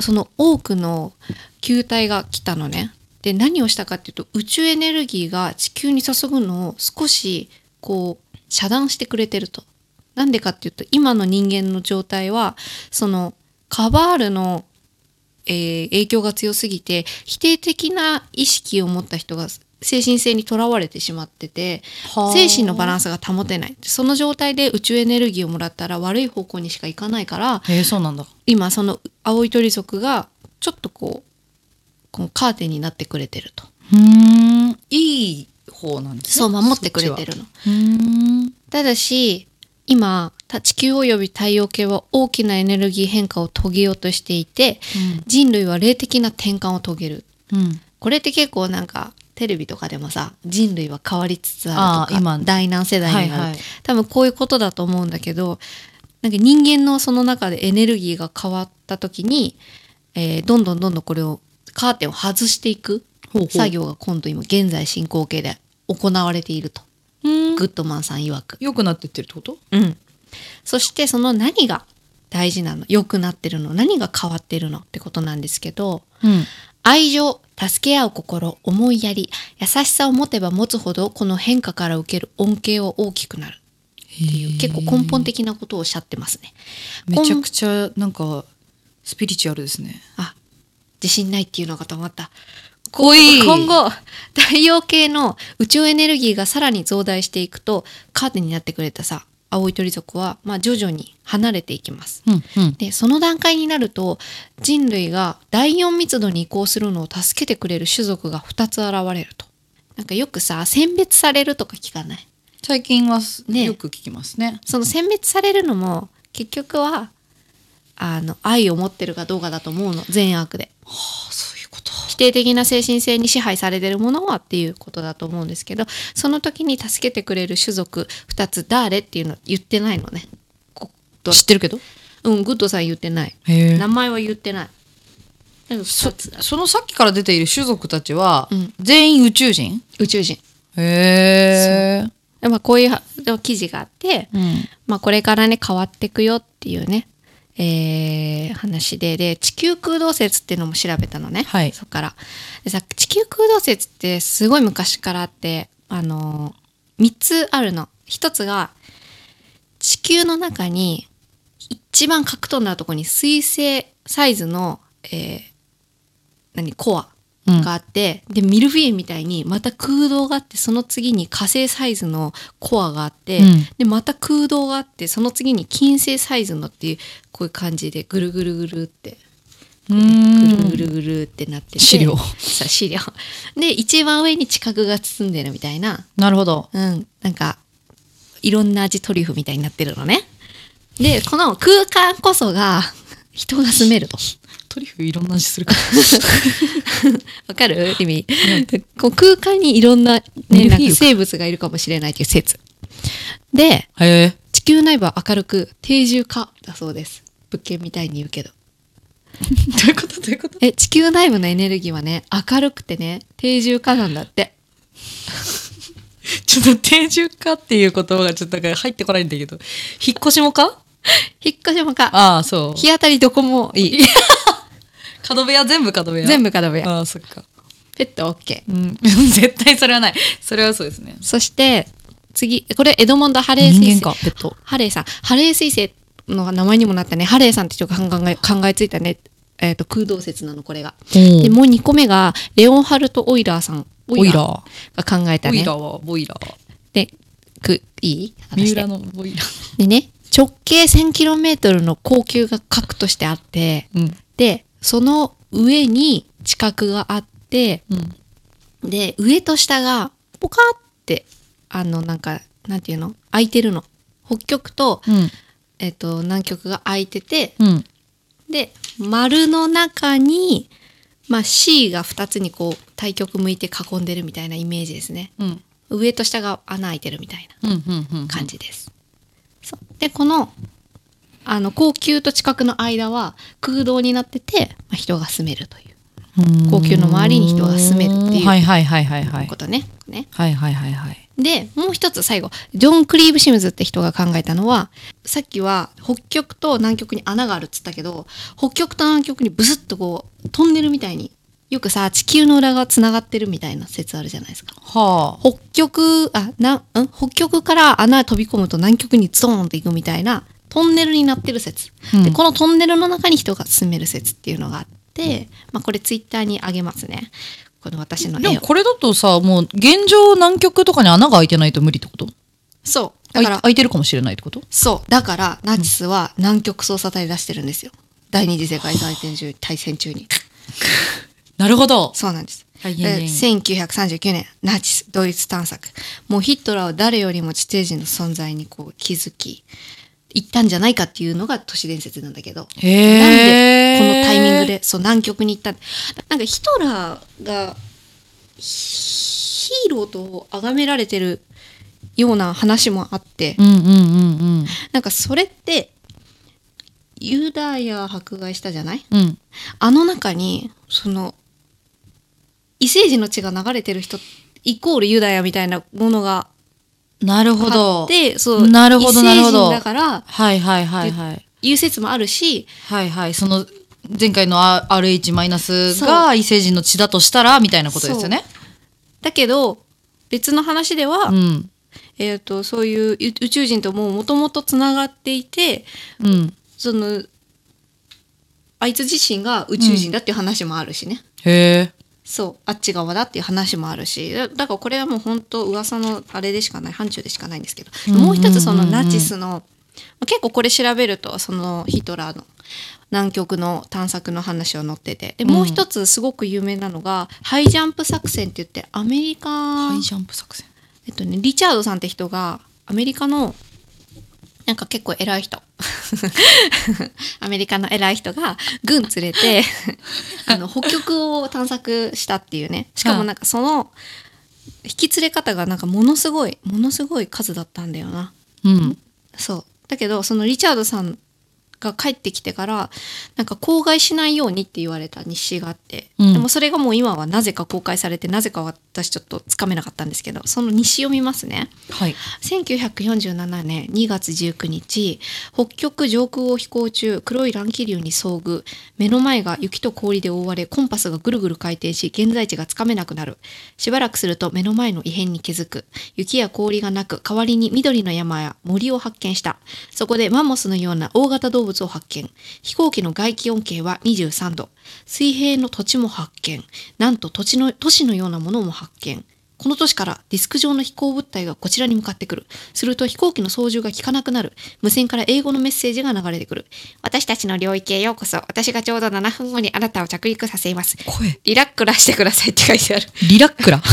Speaker 3: その多くの球体が来たのね。で何をしたかっていうと宇宙エネルギーが地球に注ぐのを少しこう遮断してくれてると。なんでかっていうと今の人間の状態はそのカバールのえー影響が強すぎて否定的な意識を持った人が精神性にとらわれてしまってて
Speaker 4: はあ
Speaker 3: 精神のバランスが保てないその状態で宇宙エネルギーをもらったら悪い方向にしか行かないから
Speaker 4: えー、そうなんだ。
Speaker 3: 今その青い鳥族がちょっとこうこのカーテンになってくれてると
Speaker 4: うん。いい方なんです
Speaker 3: そう守ってくれてるの。
Speaker 4: うん。
Speaker 3: ただし今た地球及び太陽系は大きなエネルギー変化を遂げようとしていて人類は霊的な転換を遂げる
Speaker 4: うん。
Speaker 3: これって結構なんかテレビとかでもさ人類は変わりつつあると
Speaker 4: あー
Speaker 3: か
Speaker 4: 今
Speaker 3: 第何世代になる、
Speaker 4: はいはい
Speaker 3: 多分こういうことだと思うんだけどなんか人間のその中でエネルギーが変わった時に、えーどんどんどんどんこれをカーテンを外していく
Speaker 4: ほうほう
Speaker 3: 作業が今度今現在進行形で行われていると、
Speaker 4: うん。
Speaker 3: グッドマンさん曰く。
Speaker 4: 良くなってってるってこと
Speaker 3: うん、そしてその何が大事なの良くなってるの何が変わってるのってことなんですけど
Speaker 4: うん。
Speaker 3: 愛情、助け合う心、思いやり、優しさを持てば持つほど、この変化から受ける恩恵は大きくなる。っていう、結構根本的なことをおっしゃってますね。
Speaker 4: めちゃくちゃなんかスピリチュアルですね
Speaker 3: あ、自信ないっていうのかと思った。
Speaker 4: おい
Speaker 3: 今後、太陽系の宇宙エネルギーがさらに増大していくと、カーテンになってくれたさ、青い鳥族は、まあ、徐々に離れていきます。
Speaker 4: うんうん
Speaker 3: でその段階になると人類が第4密度に移行するのを助けてくれる種族が2つ現れるとなんかよくさ選別されるとか聞かない
Speaker 4: 最近はす
Speaker 3: ね
Speaker 4: よく聞きますね
Speaker 3: その選別されるのも結局はあの愛を持ってるかどうかだと思うの善悪で
Speaker 4: あそういうこと
Speaker 3: 否定的な精神性に支配されてるものはっていうことだと思うんですけどその時に助けてくれる種族2つ誰っていうの言ってないのねこ
Speaker 4: 知ってるけど
Speaker 3: うんグッドさん言ってない
Speaker 4: へえ
Speaker 3: 名前は言ってないなんか2つだ
Speaker 4: そのさっきから出ている種族たちは、
Speaker 3: うん
Speaker 4: 全員宇宙人
Speaker 3: 宇宙人
Speaker 4: へえ
Speaker 3: でまあ、こういうはでも記事があって、
Speaker 4: うん
Speaker 3: まあ、これからね変わっていくよっていうね、えー話でで地球空洞説っていうのも調べたのね、
Speaker 4: はい
Speaker 3: そっからでさ地球空洞説ってすごい昔からあって、あの3つあるの1つが地球の中に一番格闘なとこに水星サイズの、えー何コア
Speaker 4: うん
Speaker 3: があって、でミルフィーユみたいにまた空洞があってその次に火星サイズのコアがあって、
Speaker 4: うん
Speaker 3: でまた空洞があってその次に金星サイズのっていうこういう感じでぐるぐるぐるって
Speaker 4: う
Speaker 3: ぐ
Speaker 4: ん
Speaker 3: るぐるぐるってなってて
Speaker 4: 資料
Speaker 3: そう資料で一番上に地殻が包んでるみたいな
Speaker 4: なるほど
Speaker 3: うん、なんかいろんな味トリュフみたいになってるのね。でこの空間こそが 人が住めると。
Speaker 4: トリュフいろんな味するから
Speaker 3: わかる意味、こう空間にいろんな,、ね、
Speaker 4: ミルフ
Speaker 3: な
Speaker 4: ィー
Speaker 3: ん
Speaker 4: ユ
Speaker 3: か
Speaker 4: か
Speaker 3: 生物がいるかもしれないという説。で
Speaker 4: へえ
Speaker 3: 地球内部は明るく定住化だそうです。物件みたいに言うけど。
Speaker 4: どういうことどういうこと
Speaker 3: え地球内部のエネルギーはね明るくてね定住化なんだって。
Speaker 4: ちょっと定住化っていう言葉がちょっとだから入ってこないんだけど引っ越しもか
Speaker 3: 引っ越しもか
Speaker 4: ああそう
Speaker 3: 日当たりどこもいい。
Speaker 4: 角部屋全部角部屋
Speaker 3: 全
Speaker 4: 部
Speaker 3: 部角部屋。
Speaker 4: ああそっか
Speaker 3: ペット OK。
Speaker 4: うん 絶対それはないそれはそうですね
Speaker 3: そして次これエドモンド・ハレー彗星
Speaker 4: 人間かペット
Speaker 3: ハレーさんハレー彗星の名前にもなったねハレーさんってちょっと考え考えついたね、えー、と空洞説なのこれが、でもう2個目がレオンハルト・オイラーさん
Speaker 4: オイラ
Speaker 3: が考えた
Speaker 4: ボイ
Speaker 3: ね
Speaker 4: ラーはボイラー
Speaker 3: でくいい
Speaker 4: 三
Speaker 3: 話して
Speaker 4: 浦のボイラー
Speaker 3: でね直径 1000km の高級が核としてあって
Speaker 4: うん
Speaker 3: でその上に地殻があって
Speaker 4: うん
Speaker 3: で上と下がポカってあのなんかなんていうの開いてるの北極と,、
Speaker 4: うん
Speaker 3: えっと南極が開いてて
Speaker 4: うん
Speaker 3: で丸の中に、まあ、C が2つにこう対極向いて囲んでるみたいなイメージですね
Speaker 4: うん
Speaker 3: 上と下が穴開いてるみたいな
Speaker 4: うんうんうん
Speaker 3: 感じです、そうでこのあの高級と地殻の間は空洞になってて、まあ、人が住めるという高級の周りに人が住めるっていう
Speaker 4: はいはいはいはいはい
Speaker 3: ことね。ね
Speaker 4: はいはいはいはい
Speaker 3: でもう一つ最後ジョン・クリーブ・シムズって人が考えたのはさっきは北極と南極に穴があるっつったけど北極と南極にブスッとこうトンネルみたいによくさ地球の裏がつながってるみたいな説あるじゃないですか。
Speaker 4: はあ
Speaker 3: 北極あなんん北極から穴飛び込むと南極にツーンっていくみたいなトンネルになってる説、
Speaker 4: うん
Speaker 3: でこのトンネルの中に人が住める説っていうのがあって、まあ、これツイッターにあげますねこの私の
Speaker 4: で
Speaker 3: 絵
Speaker 4: も
Speaker 3: を
Speaker 4: これだとさもう現状南極とかに穴が開いてないと無理ってこと
Speaker 3: そうだ
Speaker 4: 開い
Speaker 3: から
Speaker 4: 開いてるかもしれないってこと
Speaker 3: そう。だから、ナチスは南極捜査隊出してるんですよ。第二次世界大戦中大戦中に。
Speaker 4: なるほど
Speaker 3: そうなんです。
Speaker 4: はいはいはい
Speaker 3: で1939年、ナチス、ドイツ探索。もうヒトラーは誰よりも地底人の存在にこう気づき、行ったんじゃないかっていうのが都市伝説なんだけど。
Speaker 4: へ
Speaker 3: なんで
Speaker 4: え
Speaker 3: このタイミングで、そう、南極に行ったんなんかヒトラーがヒヒーローと崇められてるような話もあって、
Speaker 4: うんうんうんうん
Speaker 3: なんかそれってユダヤ迫害したじゃない
Speaker 4: うん
Speaker 3: あの中にその異星人の血が流れてる人イコールユダヤみたいなものが
Speaker 4: なるほ
Speaker 3: あ
Speaker 4: ど
Speaker 3: ってそう
Speaker 4: なるほど
Speaker 3: 異
Speaker 4: なる
Speaker 3: 星
Speaker 4: ほど
Speaker 3: 人だから
Speaker 4: はいはいはいはい
Speaker 3: いう説もあるし
Speaker 4: はいはいその前回の R- RH マイナスが異星人の血だとしたらみたいなことですよね。
Speaker 3: だけど別の話では、
Speaker 4: うん。
Speaker 3: えー、とそういうう宇宙人とももともとつながっていて
Speaker 4: うん。
Speaker 3: そのあいつ自身が宇宙人だっていう話もあるしね、
Speaker 4: へえ。
Speaker 3: そうあっち側だっていう話もあるしだだからこれはもう本当噂のあれでしかない範疇でしかないんですけど、
Speaker 4: うんうんうん
Speaker 3: もう一つそのナチスの、まあ結構これ調べるとそのヒトラーの南極の探索の話を載っててでもう一つすごく有名なのが、ハイジャンプ作戦って言ってアメリカ
Speaker 4: ハイジャンプ作戦。
Speaker 3: えっとね、リチャードさんって人がアメリカのなんか結構偉い人 アメリカの偉い人が軍連れて あの北極を探索したっていうねしかもなんかその引き連れ方がなんかものすごいものすごい数だったんだよな
Speaker 4: うん。
Speaker 3: そうだけどそのリチャードさんが帰ってきてからなんか公害しないようにって言われた日誌があって、
Speaker 4: うん
Speaker 3: でもそれがもう今はなぜか公開されてなぜか私ちょっとつかめなかったんですけどその日誌を見ますね
Speaker 4: はい。
Speaker 3: 1947年2月19日北極上空を飛行中黒い乱気流に遭遇目の前が雪と氷で覆われコンパスがぐるぐる回転し現在地がつかめなくなるしばらくすると目の前の異変に気づく雪や氷がなく代わりに緑の山や森を発見したそこでマンモスのような大型動物を発見飛行機の外気温計は23度水平の土地も発見なんと土地の都市のようなものも発見この年からディスク上の飛行物体がこちらに向かってくる。すると飛行機の操縦が効かなくなる。無線から英語のメッセージが流れてくる。私たちの領域へようこそ。私がちょうど7分後にあなたを着陸させます。
Speaker 4: 声。
Speaker 3: リラックラしてくださいって書いてある。
Speaker 4: リラックラ。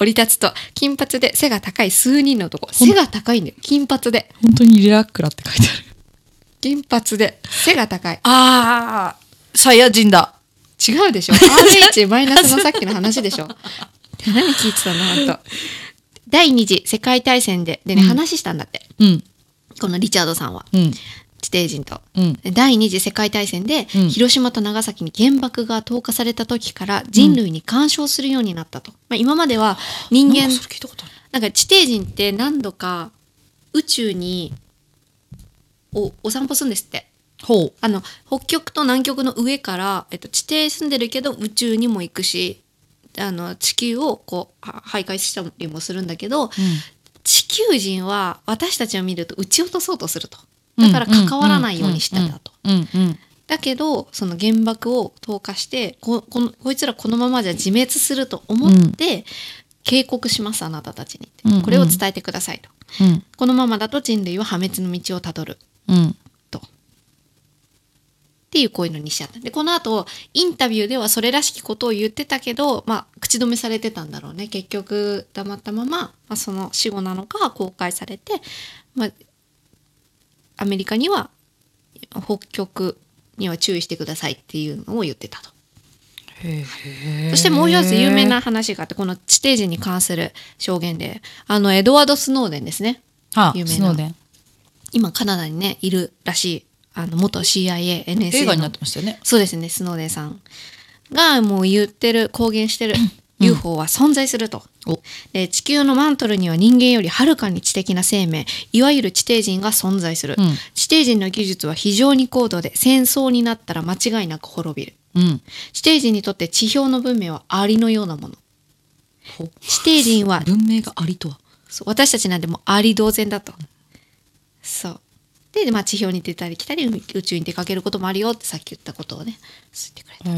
Speaker 3: 降り立つと、金髪で背が高い数人の男。背が高いんだよ。金髪で。
Speaker 4: 本当にリラックラって書いてある。
Speaker 3: 金髪で。背が高い。
Speaker 4: ああ、サイヤ人だ。
Speaker 3: 違う でしょ RH マイナスのさっきの話でしょって何聞いてたの本当。第二次世界大戦で、でね、
Speaker 4: うん
Speaker 3: 話したんだって。
Speaker 4: うん。
Speaker 3: このリチャードさんは。
Speaker 4: うん。
Speaker 3: 地底人と。
Speaker 4: うん。
Speaker 3: 第二次世界大戦で、
Speaker 4: うん
Speaker 3: 広島と長崎に原爆が投下された時から人類に干渉するようになったと、まあ、今までは人間
Speaker 4: 聞いたことある。
Speaker 3: なんか地底人って何度か宇宙におお散歩するんですって
Speaker 4: ほう。
Speaker 3: あの北極と南極の上から、えっと、地底住んでるけど宇宙にも行くしあの地球をこうは徘徊したりもするんだけど、地球人は私たちを見ると撃ち落とそうとするとだから関わらないようにしてたと。
Speaker 4: うんうん
Speaker 3: だけどその原爆を投下してここのこいつらこのままじゃ自滅すると思って、警告しますあなたたちにって、
Speaker 4: うんうん
Speaker 3: これを伝えてくださいと
Speaker 4: うん
Speaker 3: このままだと人類は破滅の道をたどる
Speaker 4: うん
Speaker 3: っていうこういうのにしちゃったでこの後インタビューではそれらしきことを言ってたけど、まあ、口止めされてたんだろうね結局黙ったまま、まあ、その死後なのか公開されて、まあ、アメリカには北極には注意してくださいっていうのを言ってたと。そしてもう一つ有名な話があってこの地底人に関する証言であのエドワード・スノーデンですね
Speaker 4: は
Speaker 3: 有名な
Speaker 4: スノーデン
Speaker 3: 今カナダにねいるらしいあの元 CIANSA
Speaker 4: 映画になってましたよね
Speaker 3: そうですねスノーデンさんがもう言ってる公言してる UFO は存在すると、
Speaker 4: お
Speaker 3: で地球のマントルには人間よりはるかに知的な生命いわゆる地底人が存在する、
Speaker 4: うん
Speaker 3: 地底人の技術は非常に高度で戦争になったら間違いなく滅びる
Speaker 4: うん
Speaker 3: 地底人にとって地表の文明はアリのようなもの
Speaker 4: ほ
Speaker 3: 地底人は
Speaker 4: 文明がありとは
Speaker 3: そう私たちなんてもうあり同然だと。そうで、まあ、地表に出たり来たり海宇宙に出かけることもあるよってさっき言ったことをね知ってくれた
Speaker 4: へ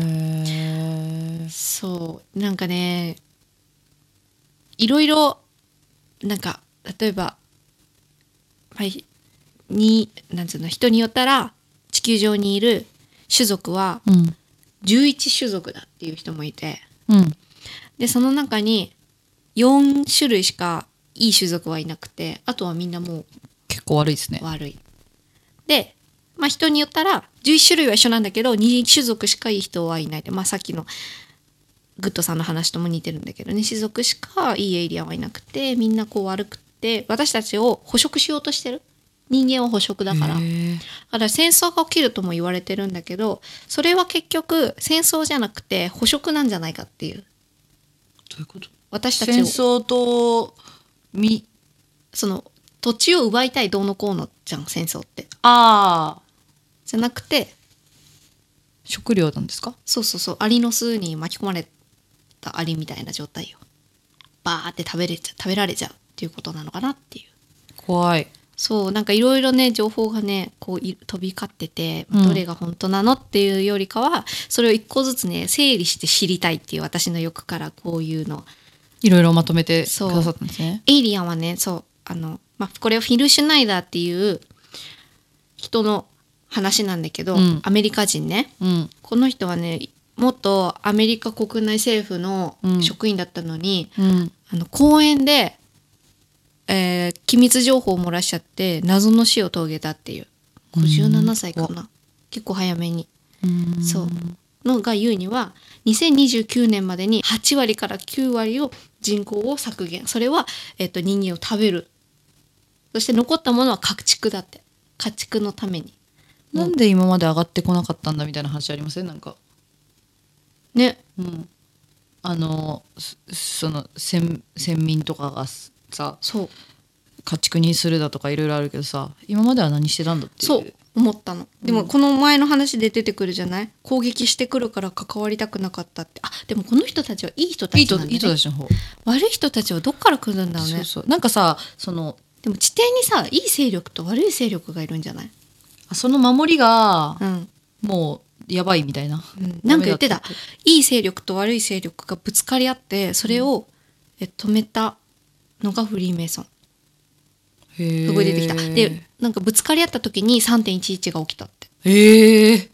Speaker 4: え
Speaker 3: そうなんかねいろいろなんか例えば、まあひになんつうの人によったら地球上にいる種族は
Speaker 4: うん
Speaker 3: 11種族だっていう人もいて
Speaker 4: うん
Speaker 3: でその中に4種類しかいい種族はいなくてあとはみんなもう
Speaker 4: 結構悪いですね
Speaker 3: 悪い。で、まあ、人によったら11種類は一緒なんだけど2種族しかいい人はいないで、まあ、さっきのグッドさんの話とも似てるんだけどね種族しかいいエイリアンはいなくてみんなこう悪くって私たちを捕食しようとしてる人間は捕食だから
Speaker 4: へえ
Speaker 3: だから戦争が起きるとも言われてるんだけどそれは結局戦争じゃなくて捕食なんじゃないかっていう
Speaker 4: どういうこと
Speaker 3: 私た
Speaker 4: 戦
Speaker 3: ちを
Speaker 4: 争とみ
Speaker 3: その土地を奪いたいどうのこうのじゃん戦争って
Speaker 4: ああ
Speaker 3: じゃなくて
Speaker 4: 食料なんですか
Speaker 3: そうそうそうアリの巣に巻き込まれたアリみたいな状態よバーって食べれちゃ食べられちゃうっていうことなのかなっていう
Speaker 4: 怖い
Speaker 3: そうなんかいろいろね情報がねこうい飛び交ってて
Speaker 4: うん
Speaker 3: どれが本当なのっていうよりかは、それを一個ずつね整理して知りたいっていう私の欲からこういうの
Speaker 4: いろいろまとめてく
Speaker 3: そう
Speaker 4: ださったんですね
Speaker 3: エイリアンはねそうあの、まあ、これはフィル・シュナイダーっていう人の話なんだけど、
Speaker 4: うん
Speaker 3: アメリカ人ね
Speaker 4: うん
Speaker 3: この人はね元アメリカ国内政府の職員だったのに、
Speaker 4: うん
Speaker 3: あの公園で、えー機密情報を漏らしちゃって謎の死を遂げたっていう57歳かな結構早めに
Speaker 4: うん
Speaker 3: そうのが言うには2029年までに8割から9割を人口を削減それは、えっと人間を食べるそして残ったものは家畜だって家畜のために
Speaker 4: なんで今まで上がってこなかったんだみたいな話ありませんなんか
Speaker 3: ね
Speaker 4: うんあのすその先先民とかがさ
Speaker 3: そう
Speaker 4: 家畜にするだとかいろいろあるけどさ今までは何してたんだっていう
Speaker 3: そう思ったのでもこの前の話で出てくるじゃない攻撃してくるから関わりたくなかったってあでもこの人たちはいい人た
Speaker 4: いい
Speaker 3: ち
Speaker 4: 人
Speaker 3: なんだ、ね、
Speaker 4: いい人たちの方
Speaker 3: 悪い人たちはどっから来るんだろうね
Speaker 4: そうそうなんかさその
Speaker 3: でも地底にさいい勢力と悪い勢力がいるんじゃない
Speaker 4: あその守りが
Speaker 3: うん
Speaker 4: もうやばいみたいな、
Speaker 3: うんなんか言ってたいい勢力と悪い勢力がぶつかり合ってそれを、え止めたのがフリーメイソン
Speaker 4: へえ
Speaker 3: すごい出てきたでなんかぶつかり合った時に3.11が起きたって
Speaker 4: へえ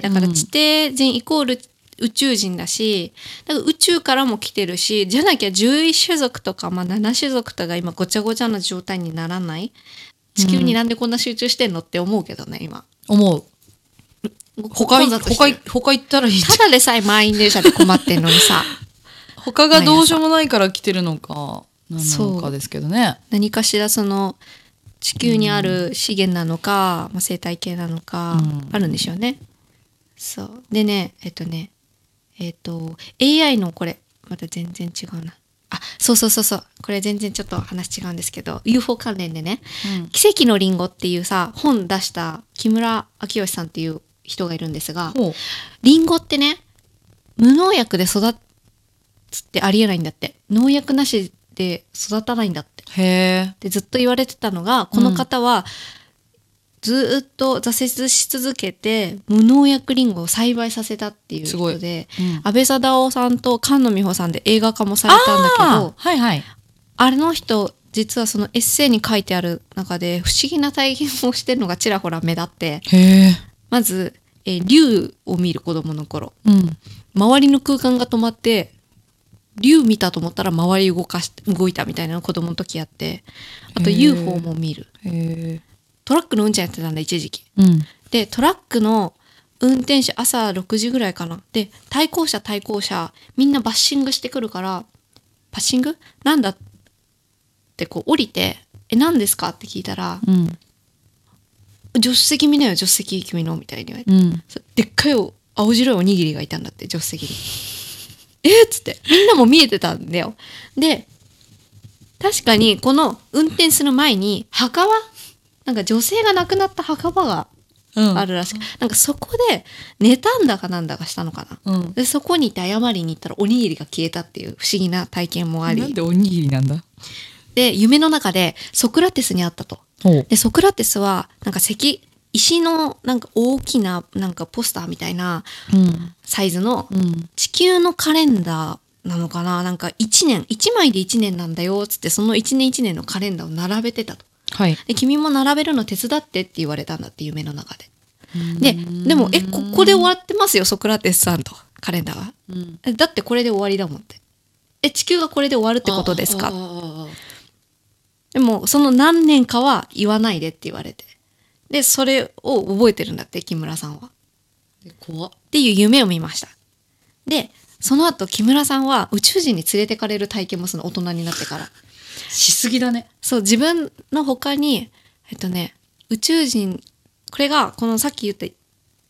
Speaker 3: だから
Speaker 4: うん
Speaker 3: 地底人イコール宇宙人だしだから宇宙からも来てるしじゃなきゃ11種族とか、まあ、7種族とか今ごちゃごちゃな状態にならない地球になんでこんな集中してんのって思うけどね今
Speaker 4: 思う他
Speaker 3: 混
Speaker 4: い
Speaker 3: 雑してる
Speaker 4: 他い他行ったらいいじ ゃ
Speaker 3: ただでさえ満員電車で困ってんのにさ
Speaker 4: ん他がどうしようもないから来てるのか何なのかですけどね
Speaker 3: 何かしらその地球にある資源なのか、まあ、生態系なのか、
Speaker 4: うん
Speaker 3: あるんでしょうね。そうでねえっとねえっと AI のこれまた全然違うな。あそうそうそうそうこれ全然ちょっと話違うんですけど UFO 関連でね「奇跡のリンゴ」っていうさ本出した木村明義さんっていう人がいるんですが
Speaker 4: ほう
Speaker 3: リンゴってね無農薬で育つってありえないんだって農薬なしで育たないんだって。
Speaker 4: へえ
Speaker 3: でずっと言われてたのがこの方は、ずーっと挫折し続けて無農薬リンゴを栽培させたっていう
Speaker 4: すごい
Speaker 3: 人で、
Speaker 4: うん
Speaker 3: 安倍貞夫さんと菅野美穂さんで映画化もされたんだけ
Speaker 4: あ
Speaker 3: ど
Speaker 4: ーはいはい
Speaker 3: あれの人実はそのエッセイに書いてある中で不思議な体験をしてるのがちらほら目立って
Speaker 4: へえ
Speaker 3: まず、えー竜を見る子供の頃
Speaker 4: うん
Speaker 3: 周りの空間が止まって竜見たと思ったら周り動かし動いたみたいなの子供の時やってあと
Speaker 4: へー
Speaker 3: UFO も見る
Speaker 4: へえ
Speaker 3: トラックの運転やってたんだ一時期
Speaker 4: うん
Speaker 3: でトラックの運転手朝6時ぐらいかなで対向車対向車みんなバッシングしてくるからバッシングなんだってこう降りて「え何ですか?」って聞いたら
Speaker 4: うん
Speaker 3: 「助手席見なよ助手席君の」みたいに言われて、
Speaker 4: うん
Speaker 3: そでっかいお青白いおにぎりがいたんだって助手席に。えっつってみんなも見えてたんだよ。で確かにこの運転する前に墓場なんか女性が亡くなった墓場が
Speaker 4: うん
Speaker 3: あるらしく、なんかそこで妬んだかなんだかしたのかな、
Speaker 4: うん
Speaker 3: でそこに行って謝りに行ったらおにぎりが消えたっていう不思議な体験もあ
Speaker 4: なん
Speaker 3: り
Speaker 4: でおにぎりなんだ
Speaker 3: で夢の中でソクラテスに会ったと
Speaker 4: ほう
Speaker 3: でソクラテスはなんか石石のなんか大きななんかポスターみたいな
Speaker 4: うん
Speaker 3: サイズの
Speaker 4: うん
Speaker 3: 地球のカレンダーなのかななんか1年1枚で1年なんだよっつってその1年1年のカレンダーを並べてたと
Speaker 4: はい
Speaker 3: で君も並べるの手伝ってって言われたんだって夢の中でで
Speaker 4: うん
Speaker 3: でも「えここで終わってますよソクラテスさん」とカレンダーは
Speaker 4: うん
Speaker 3: えだってこれで終わりだもんってえ地球がこれで終わるってことです
Speaker 4: あー
Speaker 3: か
Speaker 4: あーあー
Speaker 3: でもその何年かは言わないでって言われてでそれを覚えてるんだって木村さんはっ
Speaker 4: え怖って
Speaker 3: いう夢を見ましたでその後木村さんは宇宙人に連れてかれる体験もその大人になってから
Speaker 4: しすぎだね
Speaker 3: そう自分の他にえっとね宇宙人これがこのさっき言った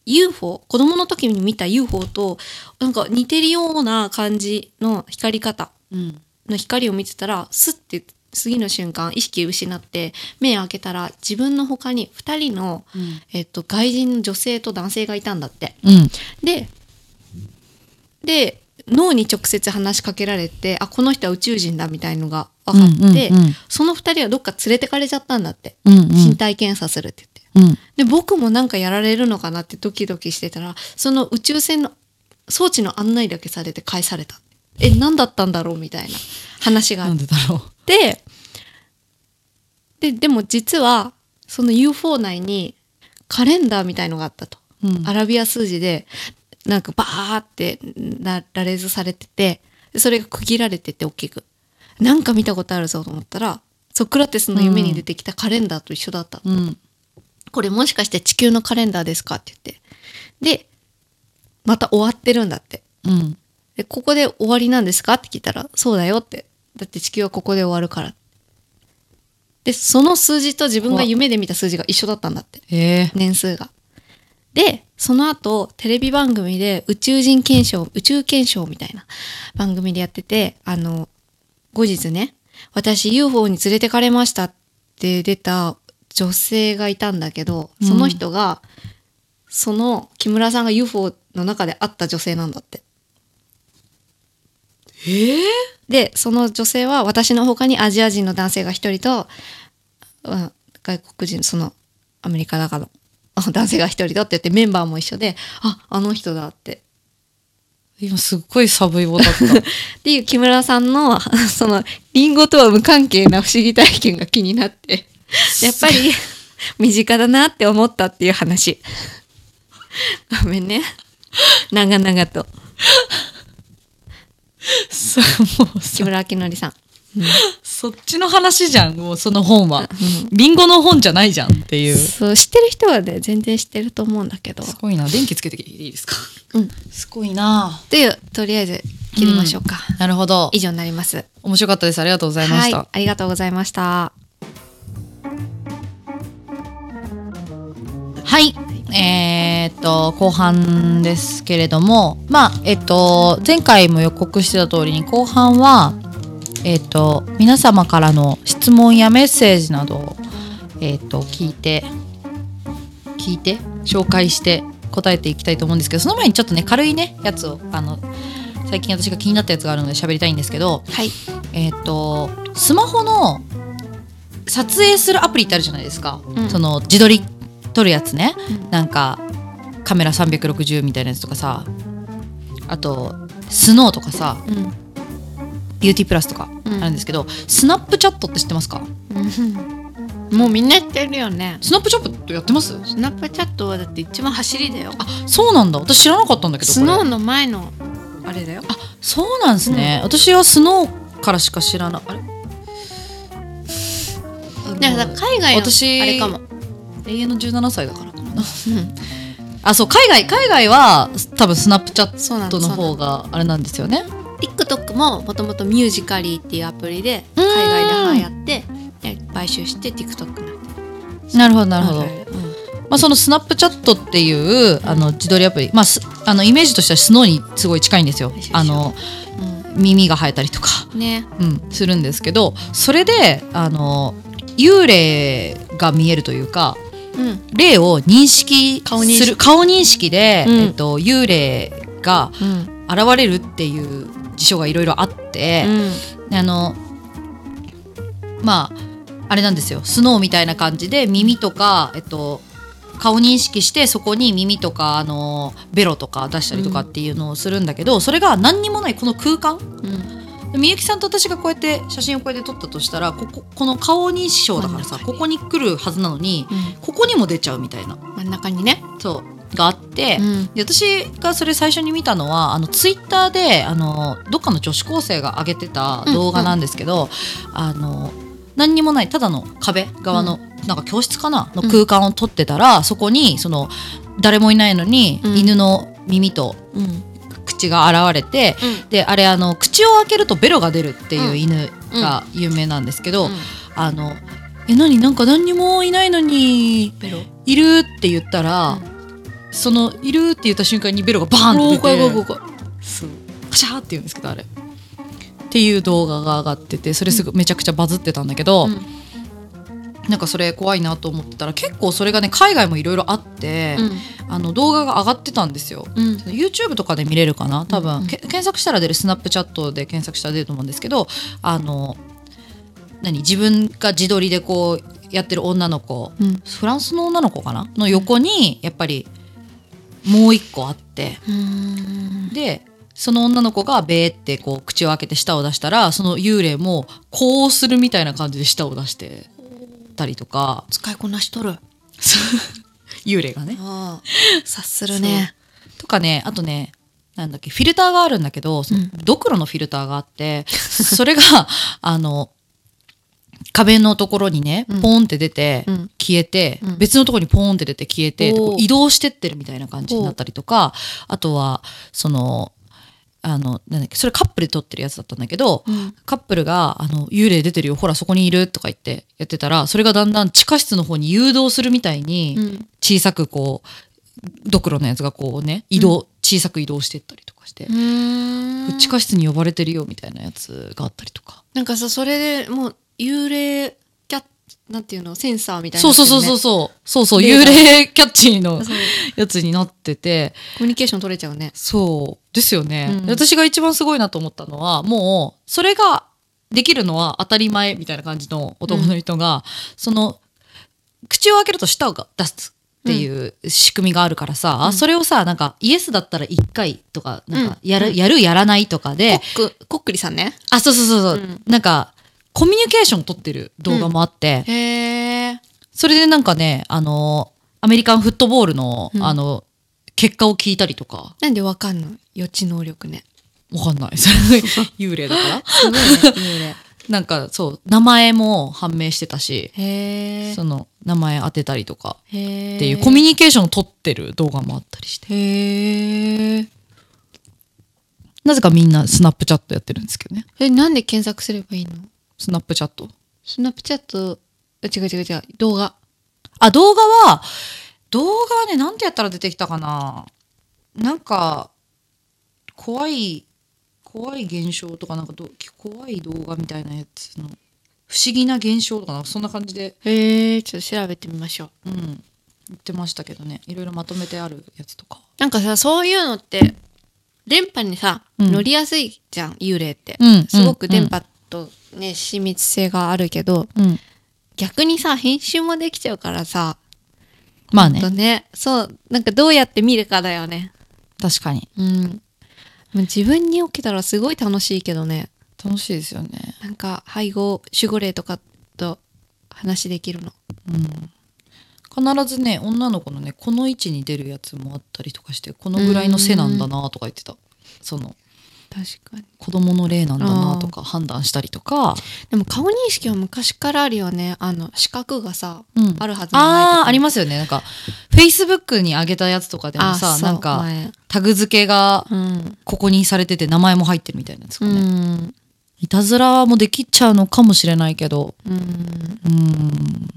Speaker 3: UFO 子供の時に見た UFO となんか似てるような感じの光り方
Speaker 4: うん
Speaker 3: の光を見てたらスッて次の瞬間意識失って目を開けたら自分の他に2人の、
Speaker 4: うん
Speaker 3: えっと、外人の女性と男性がいたんだって。
Speaker 4: うん
Speaker 3: でで脳に直接話しかけられてあこの人は宇宙人だみたいのが分かって、
Speaker 4: うんうんうん
Speaker 3: その2人はどっか連れてかれちゃったんだって、
Speaker 4: うん
Speaker 3: 身体検査するって言って。
Speaker 4: うん
Speaker 3: で僕もなんかやられるのかなってドキドキしてたらその宇宙船の装置の案内だけされて返されたえ何だったんだろうみたいな話があ
Speaker 4: な
Speaker 3: っ
Speaker 4: んでだろう
Speaker 3: てででも実はその UFO 内にカレンダーみたいのがあったと、
Speaker 4: うん
Speaker 3: アラビア数字でなんかバーってな羅列されててそれが区切られてて大きくなんか見たことあるぞと思ったらソクラテスの夢に出てきたカレンダーと一緒だったの
Speaker 4: うん
Speaker 3: これもしかして地球のカレンダーですかって言って。で、また終わってるんだって。
Speaker 4: うん
Speaker 3: で、ここで終わりなんですかって聞いたら、そうだよって。だって地球はここで終わるから。で、その数字と自分が夢で見た数字が一緒だったんだって。
Speaker 4: え
Speaker 3: 年数が。で、その後、テレビ番組で宇宙人検証、宇宙検証みたいな番組でやってて、あの、後日ね、私 UFO に連れてかれましたって出た女性がいたんだけど、その人が、その木村さんが UFO の中で会った女性なんだって。
Speaker 4: え
Speaker 3: で、その女性は私の他にアジア人の男性が一人と、うん外国人、そのアメリカだからの あ男性が一人だって言ってメンバーも一緒で、あ、あの人だって。
Speaker 4: 今すっごい寒いボ タンだった
Speaker 3: っていう木村さんの、 その、リンゴとは無関係な不思議体験が気になって、やっぱり 身近だなって思ったっていう話。 ごめんね。長々と。
Speaker 4: さもう
Speaker 3: 木村明則さん。
Speaker 4: そっちの話じゃんもうその本は、ビンゴの本じゃないじゃんっていうす
Speaker 3: そう、知ってる人はね、全然知ってると思うんだけど。
Speaker 4: ごいな電気つけていいですか
Speaker 3: うん。
Speaker 4: すごいな
Speaker 3: というとりあえず切りましょうか、
Speaker 4: なるほど
Speaker 3: 以上になります
Speaker 4: 面白かったですありがとうございました、
Speaker 3: はいありがとうございました
Speaker 4: はい。えーっと後半ですけれども、まあえっと前回も予告してた通りに後半はえっと皆様からの質問やメッセージなどをえっと聞いて聞いて紹介して答えていきたいと思うんですけど、その前にちょっとね軽いねやつをあの最近私が気になったやつがあるので喋りたいんですけど、
Speaker 3: はい
Speaker 4: えっ、とスマホの撮影するアプリってあるじゃないですか、
Speaker 3: うん
Speaker 4: その自撮り撮るやつね、
Speaker 3: うん
Speaker 4: なんかカメラ360みたいなやつとかさあとスノーとかさ
Speaker 3: うん
Speaker 4: ビューティープラスとか
Speaker 3: うん
Speaker 4: あるんですけど、スナップチャットって知ってますか
Speaker 3: うんもうみんな知ってるよね
Speaker 4: スナップチャットやってます
Speaker 3: スナップチャットはだって一番走りだよあ
Speaker 4: そうなんだ私知らなかったんだけどこ
Speaker 3: ス
Speaker 4: れ
Speaker 3: ノーの前のあれだよあ
Speaker 4: そうなんですね、私はスノーからしか知らなあれ
Speaker 3: だから海外の
Speaker 4: 私
Speaker 3: あれかも、
Speaker 4: 永遠の17歳だからかな
Speaker 3: う ん
Speaker 4: あそう海外海外は多分スナップチャッ
Speaker 3: そうなん
Speaker 4: ト
Speaker 3: です
Speaker 4: の方があれなんですよね。
Speaker 3: TikTok ももともとミュージカリーっていうアプリで海外で流行ってで買収して TikTok になって
Speaker 4: なるほどなるほど。
Speaker 3: う
Speaker 4: ま
Speaker 3: ん
Speaker 4: あそのスナップチャットっていうあの自撮りアプリ、まあすあのイメージとしてはスノーにすごい近いんですよ
Speaker 3: 一緒一。緒
Speaker 4: あの耳が生えたりとか、
Speaker 3: うんね
Speaker 4: うん、するんですけど、それであの幽霊が見えるというか。
Speaker 3: うん
Speaker 4: 霊を認識
Speaker 3: 顔認識
Speaker 4: する顔認識で、
Speaker 3: うん
Speaker 4: えっと、幽霊が
Speaker 3: うん
Speaker 4: 現れるっていう事象がいろいろあって、
Speaker 3: うん
Speaker 4: あのまああれなんですよスノーみたいな感じで耳とか、えっと、顔認識してそこに耳とかあのベロとか出したりとかっていうのをするんだけど、それが何にもないこの空間
Speaker 3: うん
Speaker 4: みゆきさんと私がこうやって写真をこうやって撮ったとしたらこここの顔認証だからさ
Speaker 3: 真ん中
Speaker 4: こ
Speaker 3: に
Speaker 4: こに来るはずなのに
Speaker 3: う
Speaker 4: ここにも出ちゃうみたいなん
Speaker 3: 真ん中にね
Speaker 4: そうがあって、
Speaker 3: うん
Speaker 4: で私がそれ最初に見たのはあのツイッターであのどっかの女子高生が上げてた動画なんですけど、あの何にもないただの壁側の、なんか教室かなの
Speaker 3: うん
Speaker 4: 空間を撮ってたら、そこにその誰もいないのに、
Speaker 3: うん
Speaker 4: 犬の耳と
Speaker 3: うん
Speaker 4: 口が現れてであれあの口を開けるとベロが出るっていう犬が有名なんですけど、あの「え何なんか何にもいないのに
Speaker 3: ベロ
Speaker 4: いるって言ったら、そのいるって言った瞬間にベロがバーンって出て
Speaker 3: おー怖い怖い怖い
Speaker 4: そうカシャーって言うんですけどあれっていう動画が上がっててそれすぐめちゃくちゃバズってたんだけど、
Speaker 3: うん
Speaker 4: なんかそれ怖いなと思ってたら結構それがね海外もいろいろあって、あの動画が上がってたんですよ。
Speaker 3: うん
Speaker 4: YouTube とかで見れるかな多分、
Speaker 3: うん
Speaker 4: け検索したら出るスナップチャットで検索したら出ると思うんですけどあの何自分が自撮りでこうやってる女の子
Speaker 3: うん
Speaker 4: フランスの女の子かなの横にやっぱりもう一個あって
Speaker 3: うん
Speaker 4: でその女の子がベーってこう口を開けて舌を出したらその幽霊もこうするみたいな感じで舌を出してたりとか
Speaker 3: 使いこなしとる
Speaker 4: 幽霊がね。
Speaker 3: ああ察するね
Speaker 4: とかねあとねなんだっけフィルターがあるんだけどそのドクロのフィルターがあって、 それがあの壁のところにね、
Speaker 3: うん
Speaker 4: ポーンって出て、
Speaker 3: うん
Speaker 4: 消えて、
Speaker 3: うん
Speaker 4: 別のところにポーンって出て消えて、
Speaker 3: おー
Speaker 4: こう移動してってるみたいな感じになったりとかあとはそのあのなんだっけそれカップルで撮ってるやつだったんだけど、
Speaker 3: うん
Speaker 4: カップルが「あの幽霊出てるよほらそこにいる」とか言ってやってたらそれがだんだん地下室の方に誘導するみたいに、
Speaker 3: うん
Speaker 4: 小さくこうドクロのやつがこうね移動、小さく移動してったりとかして、
Speaker 3: うん
Speaker 4: 地下室に呼ばれてるよみたいなやつがあったりとか、
Speaker 3: なんかさそれでもう幽霊キャッなんていうのセンサーみたいな
Speaker 4: そう
Speaker 3: やつ
Speaker 4: そ
Speaker 3: よ
Speaker 4: う
Speaker 3: ね、
Speaker 4: そうそうそうそうそう
Speaker 3: レー
Speaker 4: 幽
Speaker 3: ダー
Speaker 4: 霊キャッチの
Speaker 3: そう
Speaker 4: やつになってて
Speaker 3: コミュニケーション取れちゃうね
Speaker 4: そうですよね、
Speaker 3: うん
Speaker 4: で私が一番すごいなと思ったのはもうそれができるのは当たり前みたいな感じの男の人が、その口を開けると舌を出すっていう仕組みがあるからさ、
Speaker 3: うん
Speaker 4: それをさなんかイエスだったら1回とかなんか
Speaker 3: うん
Speaker 4: やる,、
Speaker 3: うん
Speaker 4: やるやらないとかで、
Speaker 3: コックコックリさんね
Speaker 4: あそうそうそう
Speaker 3: う
Speaker 4: そう、
Speaker 3: ん
Speaker 4: なんかコミュニケーションを取ってる動画もあって、
Speaker 3: へえ
Speaker 4: それでなんかねあのアメリカンフットボールの,、
Speaker 3: うん
Speaker 4: あの結果を聞いたりとか
Speaker 3: なんでわかんの予知能力ね
Speaker 4: わかんない。それ幽霊 だから。
Speaker 3: すごいね幽霊
Speaker 4: なんかそう、名前も判明してたし、
Speaker 3: へえ
Speaker 4: その名前当てたりとか
Speaker 3: へえ
Speaker 4: っていうコミュニケーションを取ってる動画もあったりして。
Speaker 3: へえ
Speaker 4: なぜかみんなスナップチャットやってるんですけどね。
Speaker 3: えなんで検索すればいいの
Speaker 4: スナップチャット。
Speaker 3: スナップチャットあ違う違う違う動画
Speaker 4: あ、動画は、動画はね、なんてやったら出てきたかななんか、怖い、怖い現象とか、なんかど、怖い動画みたいなやつの、不思議な現象とか、なんかそんな感じで
Speaker 3: へえちょっと調べてみましょう
Speaker 4: うん、言ってましたけどねいろいろまとめてあるやつとか
Speaker 3: なんかさそういうのって電波にさ、
Speaker 4: うん
Speaker 3: 乗りやすいじゃん幽霊って、
Speaker 4: うん
Speaker 3: すごく電波とね、親密性があるけど
Speaker 4: うん
Speaker 3: 逆にさ編集もできちゃうからさ
Speaker 4: まあ
Speaker 3: ほんと
Speaker 4: ね
Speaker 3: ねそうなんかどうやって見るかだよね
Speaker 4: 確かに
Speaker 3: うんでも自分に起きたらすごい楽しいけどね
Speaker 4: 楽しいですよね
Speaker 3: なんか配合守護霊とかと話できるの
Speaker 4: 必ずね女の子のねこの位置に出るやつもあったりとかしてこのぐらいの背なんだなとか言ってたその
Speaker 3: 確かに
Speaker 4: 子供の例なんだなとか判断したりとか
Speaker 3: でも顔認識は昔からあるよねあの視覚がさ、
Speaker 4: うん
Speaker 3: あるはずもないと
Speaker 4: あ
Speaker 3: か
Speaker 4: ーありますよねなんかフェイスブックに上げたやつとかでも
Speaker 3: あ
Speaker 4: さ
Speaker 3: そう
Speaker 4: なんか
Speaker 3: 前
Speaker 4: タグ付けが
Speaker 3: うん、
Speaker 4: ここにされてて名前も入ってるみたいなやつと
Speaker 3: う
Speaker 4: かね、
Speaker 3: ん
Speaker 4: いたずらもできちゃうのかもしれないけど
Speaker 3: うん
Speaker 4: うーん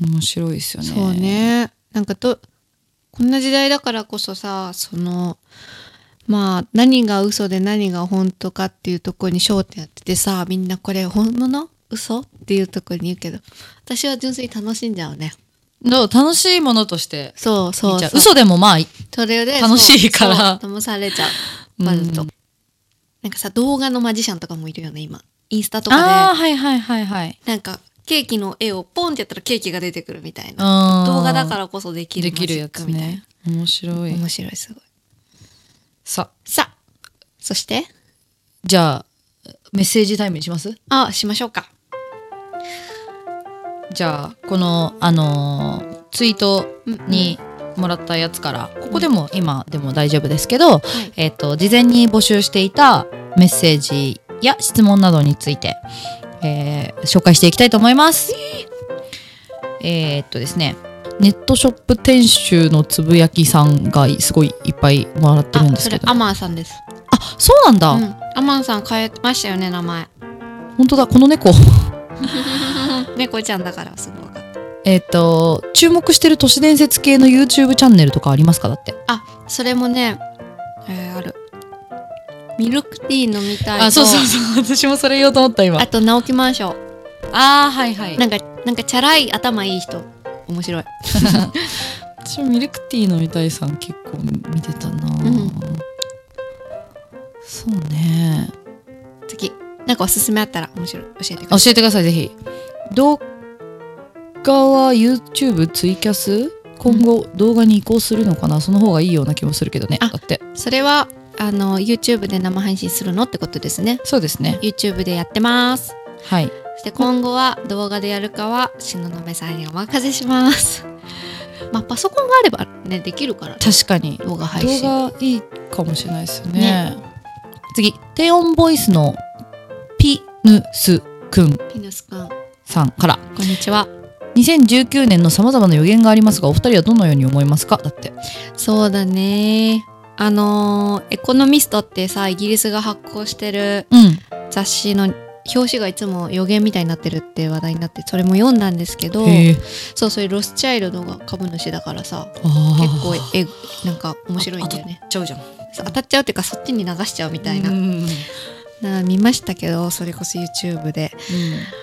Speaker 4: 面白いですよね。
Speaker 3: そうねなんかとこんな時代だからこそさそのまあ何が嘘で何が本当かっていうところに焦点当ててさみんなこれ本物嘘っていうところに言うけど私は純粋に楽しんじゃうね
Speaker 4: どう楽しいものとして
Speaker 3: そう
Speaker 4: 見
Speaker 3: そうそ
Speaker 4: ちゃ
Speaker 3: う
Speaker 4: う。嘘でもまあい
Speaker 3: それで
Speaker 4: 楽しいから
Speaker 3: そうそう騙されちゃうバルト、
Speaker 4: うん
Speaker 3: なんかさ動画のマジシャンとかもいるよね今インスタと
Speaker 4: あ
Speaker 3: か
Speaker 4: ーはいはいはいはい。
Speaker 3: でなんかケーキの絵をポンってやったらケーキが出てくるみたいな動
Speaker 4: 動
Speaker 3: 画だかららこそできる
Speaker 4: できるやつ
Speaker 3: マジックみたい
Speaker 4: ね。面白。
Speaker 3: ない面白いすごい
Speaker 4: さ
Speaker 3: さあそして
Speaker 4: じゃあメッセージタイムにします
Speaker 3: あしましょうか
Speaker 4: じゃあこのあのーツイートにもらったやつからここでも今でも大丈夫ですけど、
Speaker 3: い
Speaker 4: えっと事前に募集していたメッセージや質問などについて、えー紹介していきたいと思います。えーっとですねネットショップ店主のつぶやきさんがすごいいっぱいもらってるん
Speaker 3: あ
Speaker 4: です
Speaker 3: そ
Speaker 4: け
Speaker 3: れ
Speaker 4: どあ
Speaker 3: アマンさんです
Speaker 4: そうなんだ、
Speaker 3: うんアマンさん変えましたよね名前
Speaker 4: 本当だこの猫
Speaker 3: 猫ちゃんだからすごかった
Speaker 4: えーっと注目してる都市伝説系の YouTube チャンネルとかありますかだって
Speaker 3: あそれもねえーあるミルクティー飲みたいと
Speaker 4: あ、そうそうそう。私もそれ言おうと思った、今。
Speaker 3: あと直木マンション
Speaker 4: あー、はいはい。
Speaker 3: なんかなんかチャラい頭いい人面白い
Speaker 4: 私もミルクティー飲みたいさん結構見てたな、
Speaker 3: ん
Speaker 4: そうね。
Speaker 3: 次なんかおすすめあったら面白い教えてく
Speaker 4: 教
Speaker 3: ださい
Speaker 4: えてください、ぜひ。動画は YouTube、ツイキャス今後動画に移行するのかな、その方がいいような気もするけどね。だ
Speaker 3: あ
Speaker 4: って。
Speaker 3: それはあの YouTube で生配信するのってことですね
Speaker 4: そうですね。
Speaker 3: YouTube でやってます
Speaker 4: はい。
Speaker 3: そして今後は動画でやるかは東雲さんにお任せします まあパソコンがあればねできるから
Speaker 4: 確かに。
Speaker 3: 動画配
Speaker 4: 動
Speaker 3: 信
Speaker 4: 画いいかもしれないですよね。
Speaker 3: ね
Speaker 4: 次、低音ボイスのピヌスくん
Speaker 3: ピヌスくん
Speaker 4: さんから。
Speaker 3: こんにちは
Speaker 4: 2019年のさまざまな予言がありますがお二人はどのように思いますかだって
Speaker 3: そうだねあのーエコノミストってさイギリスが発行してる
Speaker 4: うん
Speaker 3: 雑誌の表紙がいつも予言みたいになってるって話題になってそれも読んだんですけど
Speaker 4: へえ
Speaker 3: そうそれロスチャイルドが株主だからさ
Speaker 4: あー
Speaker 3: 結構えなんか面白いんだよね
Speaker 4: 当たっちゃうじゃん
Speaker 3: そう当たっちゃうっていうかそっちに流しちゃうみたいな,、
Speaker 4: うん
Speaker 3: な見ましたけどそれこそ YouTube で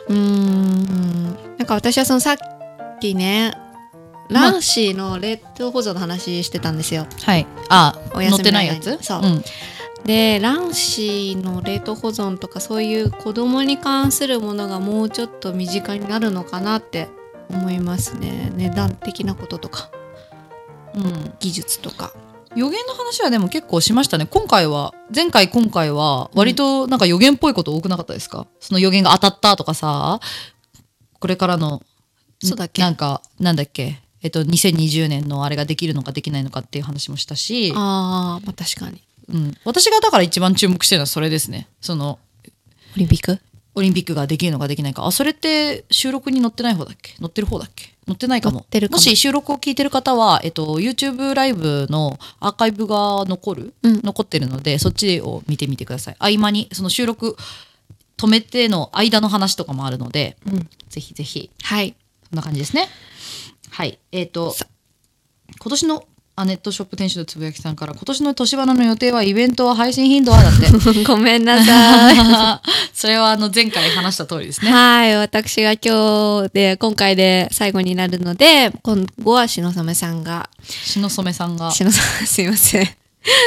Speaker 3: うーんなんか私はそのさっきね
Speaker 4: まあ
Speaker 3: ランシーの冷凍保存の話してたんですよ、
Speaker 4: はいあ
Speaker 3: お
Speaker 4: 載
Speaker 3: 休みの間に
Speaker 4: ってないやつ
Speaker 3: そうんで卵子の冷凍保存とかそういう子供に関するものがもうちょっと身近になるのかなって思いますね値段的なこととか
Speaker 4: うん
Speaker 3: 技術とか
Speaker 4: 予言の話はでも結構しましたね今回は前回今回は割となんか予言っぽいこと多くなかったですか、その予言が当たったとかさこれからの
Speaker 3: そうだっけ
Speaker 4: なんかなんだっけえっと2020年のあれができるのかできないのかっていう話もしたし
Speaker 3: あー、まあ確かに
Speaker 4: うん、私がだから一番注目してるのはそれですねその
Speaker 3: オリンピック
Speaker 4: オリンピックができるのかできないかあそれって収録に載ってない方だっけ載ってる方だっけ載ってないかも
Speaker 3: 載ってるかも
Speaker 4: し収録を聞いてる方は、えっと、YouTube ライブのアーカイブが残る、
Speaker 3: うん
Speaker 4: 残ってるのでそっちを見てみてください合間にその収録止めての間の話とかもあるので、
Speaker 3: ん
Speaker 4: ぜひぜひ
Speaker 3: はい
Speaker 4: そんな感じですねはいえっ、と
Speaker 3: さ
Speaker 4: 今年のあネットショップ店主のつぶやきさんから今年の年花の予定はイベントは配信頻度はだって
Speaker 3: ごめんなさい
Speaker 4: それはあの前回話した通りです ね
Speaker 3: はい私が今日で今回で最後になるので今後は篠染さんが
Speaker 4: 篠染さんが
Speaker 3: 篠染すいません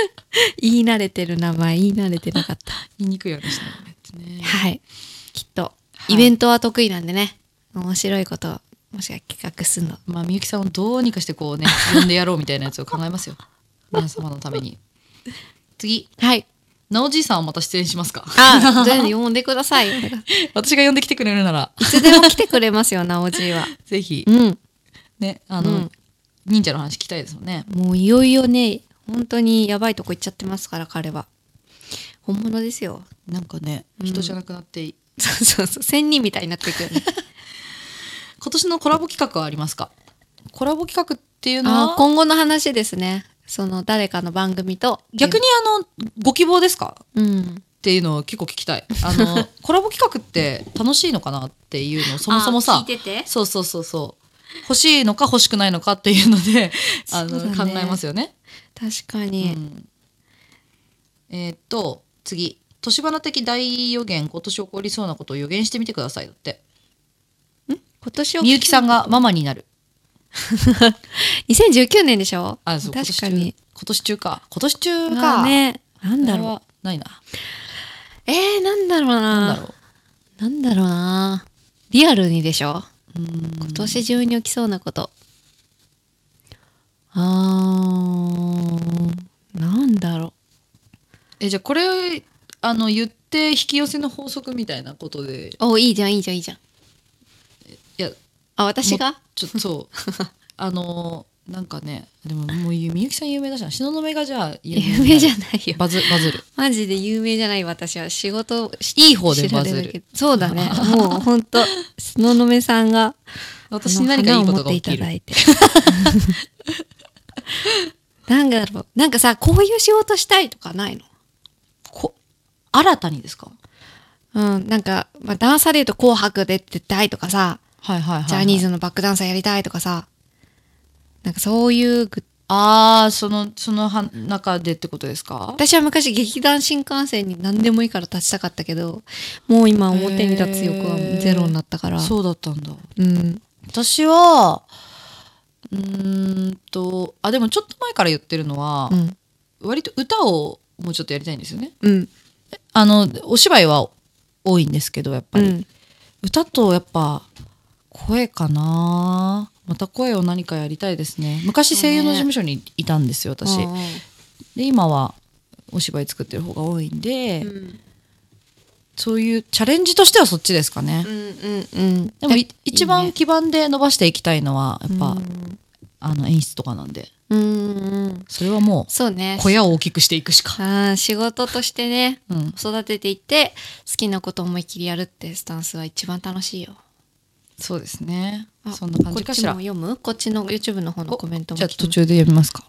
Speaker 3: 言い慣れてる名前言い慣れてなかった
Speaker 4: 言いにくいようにしないとね
Speaker 3: はい。きっと、
Speaker 4: い
Speaker 3: イベントは得意なんでね、面白いことを、もしか企画すんの。
Speaker 4: まあみゆきさんをどうにかしてこうね呼んでやろうみたいなやつを考えま すよ皆様のために次
Speaker 3: はい。
Speaker 4: なおじいさんはまた出演しますか
Speaker 3: あ、全然呼んでください。い
Speaker 4: 私が呼んできてくれるなら
Speaker 3: つでも来てくれますよ、なおじいは。
Speaker 4: ぜひ
Speaker 3: うん。
Speaker 4: ねあの、
Speaker 3: うん
Speaker 4: 忍者の話聞きたいですもんね
Speaker 3: もういよいよね、本当にやばいとこ行っちゃってますから、彼は。本物ですよ。
Speaker 4: なんかね
Speaker 3: うん
Speaker 4: 人じゃなくなって、
Speaker 3: そうそうそう。仙人みたいになっていくよ ね。
Speaker 4: 今年のコラボ企画はありますかコラボ企画っていうの
Speaker 3: あ
Speaker 4: は
Speaker 3: 今後の話ですね。その、誰かの番組と。
Speaker 4: 逆に。あのご希望ですか
Speaker 3: うん。
Speaker 4: っていうのを結構聞きたいあ のコラボ企画って楽しいのかなっていうのをそもそもさ
Speaker 3: あ聞いてて
Speaker 4: そうそうそうそう欲しいのか欲しくないのかっていうのであの、
Speaker 3: そうだ
Speaker 4: 考
Speaker 3: ね
Speaker 4: えますよね。
Speaker 3: 確か
Speaker 4: う
Speaker 3: に。
Speaker 4: ん、えーっと次年花的大予言今年起こりそうなことを予言してみてくださいだって
Speaker 3: 今年
Speaker 4: みゆきさんがママになる
Speaker 3: 2019年でしょ
Speaker 4: あそう
Speaker 3: 確かに。
Speaker 4: 今年中今年中か今年中
Speaker 3: ま
Speaker 4: か、
Speaker 3: あね。なんだ
Speaker 4: これ
Speaker 3: ろう。
Speaker 4: はないな
Speaker 3: えー、なんだろう
Speaker 4: なんだ
Speaker 3: な。
Speaker 4: ろ
Speaker 3: なんだろうな。リアルにでしょ
Speaker 4: ううーん
Speaker 3: 今年中に起きそうなこと。あー、なんだろ
Speaker 4: えじゃあこれあの言って引き寄せの法則みたいなことで
Speaker 3: う。お、いいじゃん、いいじゃん、いいじゃん。
Speaker 4: いや
Speaker 3: あ、私が
Speaker 4: ちょっとそう あのなんかねでももうゆみゆきさん有名だしな東雲がじゃあ
Speaker 3: 有名じゃ
Speaker 4: ん
Speaker 3: ないよ。
Speaker 4: バズバズる
Speaker 3: マジで有名じゃない私は仕事
Speaker 4: いい方でバ
Speaker 3: 知ら
Speaker 4: ズる
Speaker 3: れだけどそうだね。もうほ んと、ののめさんが、
Speaker 4: 私に何かいいことが起き
Speaker 3: あの花を持っ
Speaker 4: る
Speaker 3: てい ただいてなんだろう。なんかさ、こういう仕事したいとかないの
Speaker 4: こ新たにですか
Speaker 3: うん、なんか、まあ、ダンサーで言うと紅白で出たいとかさ、
Speaker 4: はいはいはい、
Speaker 3: ジャニー
Speaker 4: ズ
Speaker 3: ズのバックダンサーやりたいとかさ、なんかそういう具
Speaker 4: ああ、その、そのは中でってことですか
Speaker 3: 私は昔劇団新幹線に何でもいいから立ちたかったけどもう今表に立つ欲はゼロになったから、
Speaker 4: そうだったんだ。
Speaker 3: うん、
Speaker 4: 私は、うーんと、あ、でもちょっと前から言ってるのは
Speaker 3: う、ん
Speaker 4: 割と歌をもうちょっとやりたいんですよね。
Speaker 3: うん
Speaker 4: あの、お芝居は多いんですけど、やっぱ
Speaker 3: う
Speaker 4: り。
Speaker 3: ん
Speaker 4: 歌とやっぱ声かなまた声を何かやりたいですね昔声優の事務所にいたんですよ私、
Speaker 3: うん
Speaker 4: で今はお芝居作ってる方が多いんで、
Speaker 3: うん
Speaker 4: そういうチャレンジとしてはそっちですかね、
Speaker 3: うんうん
Speaker 4: でもい一
Speaker 3: 一
Speaker 4: 番
Speaker 3: 番
Speaker 4: 基盤で伸ばしていきたいのはやっぱ、
Speaker 3: うん
Speaker 4: あの演出とかなんで
Speaker 3: うんうん
Speaker 4: それはも
Speaker 3: そう
Speaker 4: う
Speaker 3: ね
Speaker 4: 小屋を大きくしていくしか、
Speaker 3: あー仕事としてね
Speaker 4: うん、
Speaker 3: 育てていって好きなことを思いっきりやるってスタンスは一番楽しいよ
Speaker 4: そうですね
Speaker 3: あ
Speaker 4: そんな感じかしら
Speaker 3: こっちも読むこっちの YouTube の方のコメントも
Speaker 4: じゃあ
Speaker 3: 来て
Speaker 4: 途
Speaker 3: ます
Speaker 4: 中で読みますか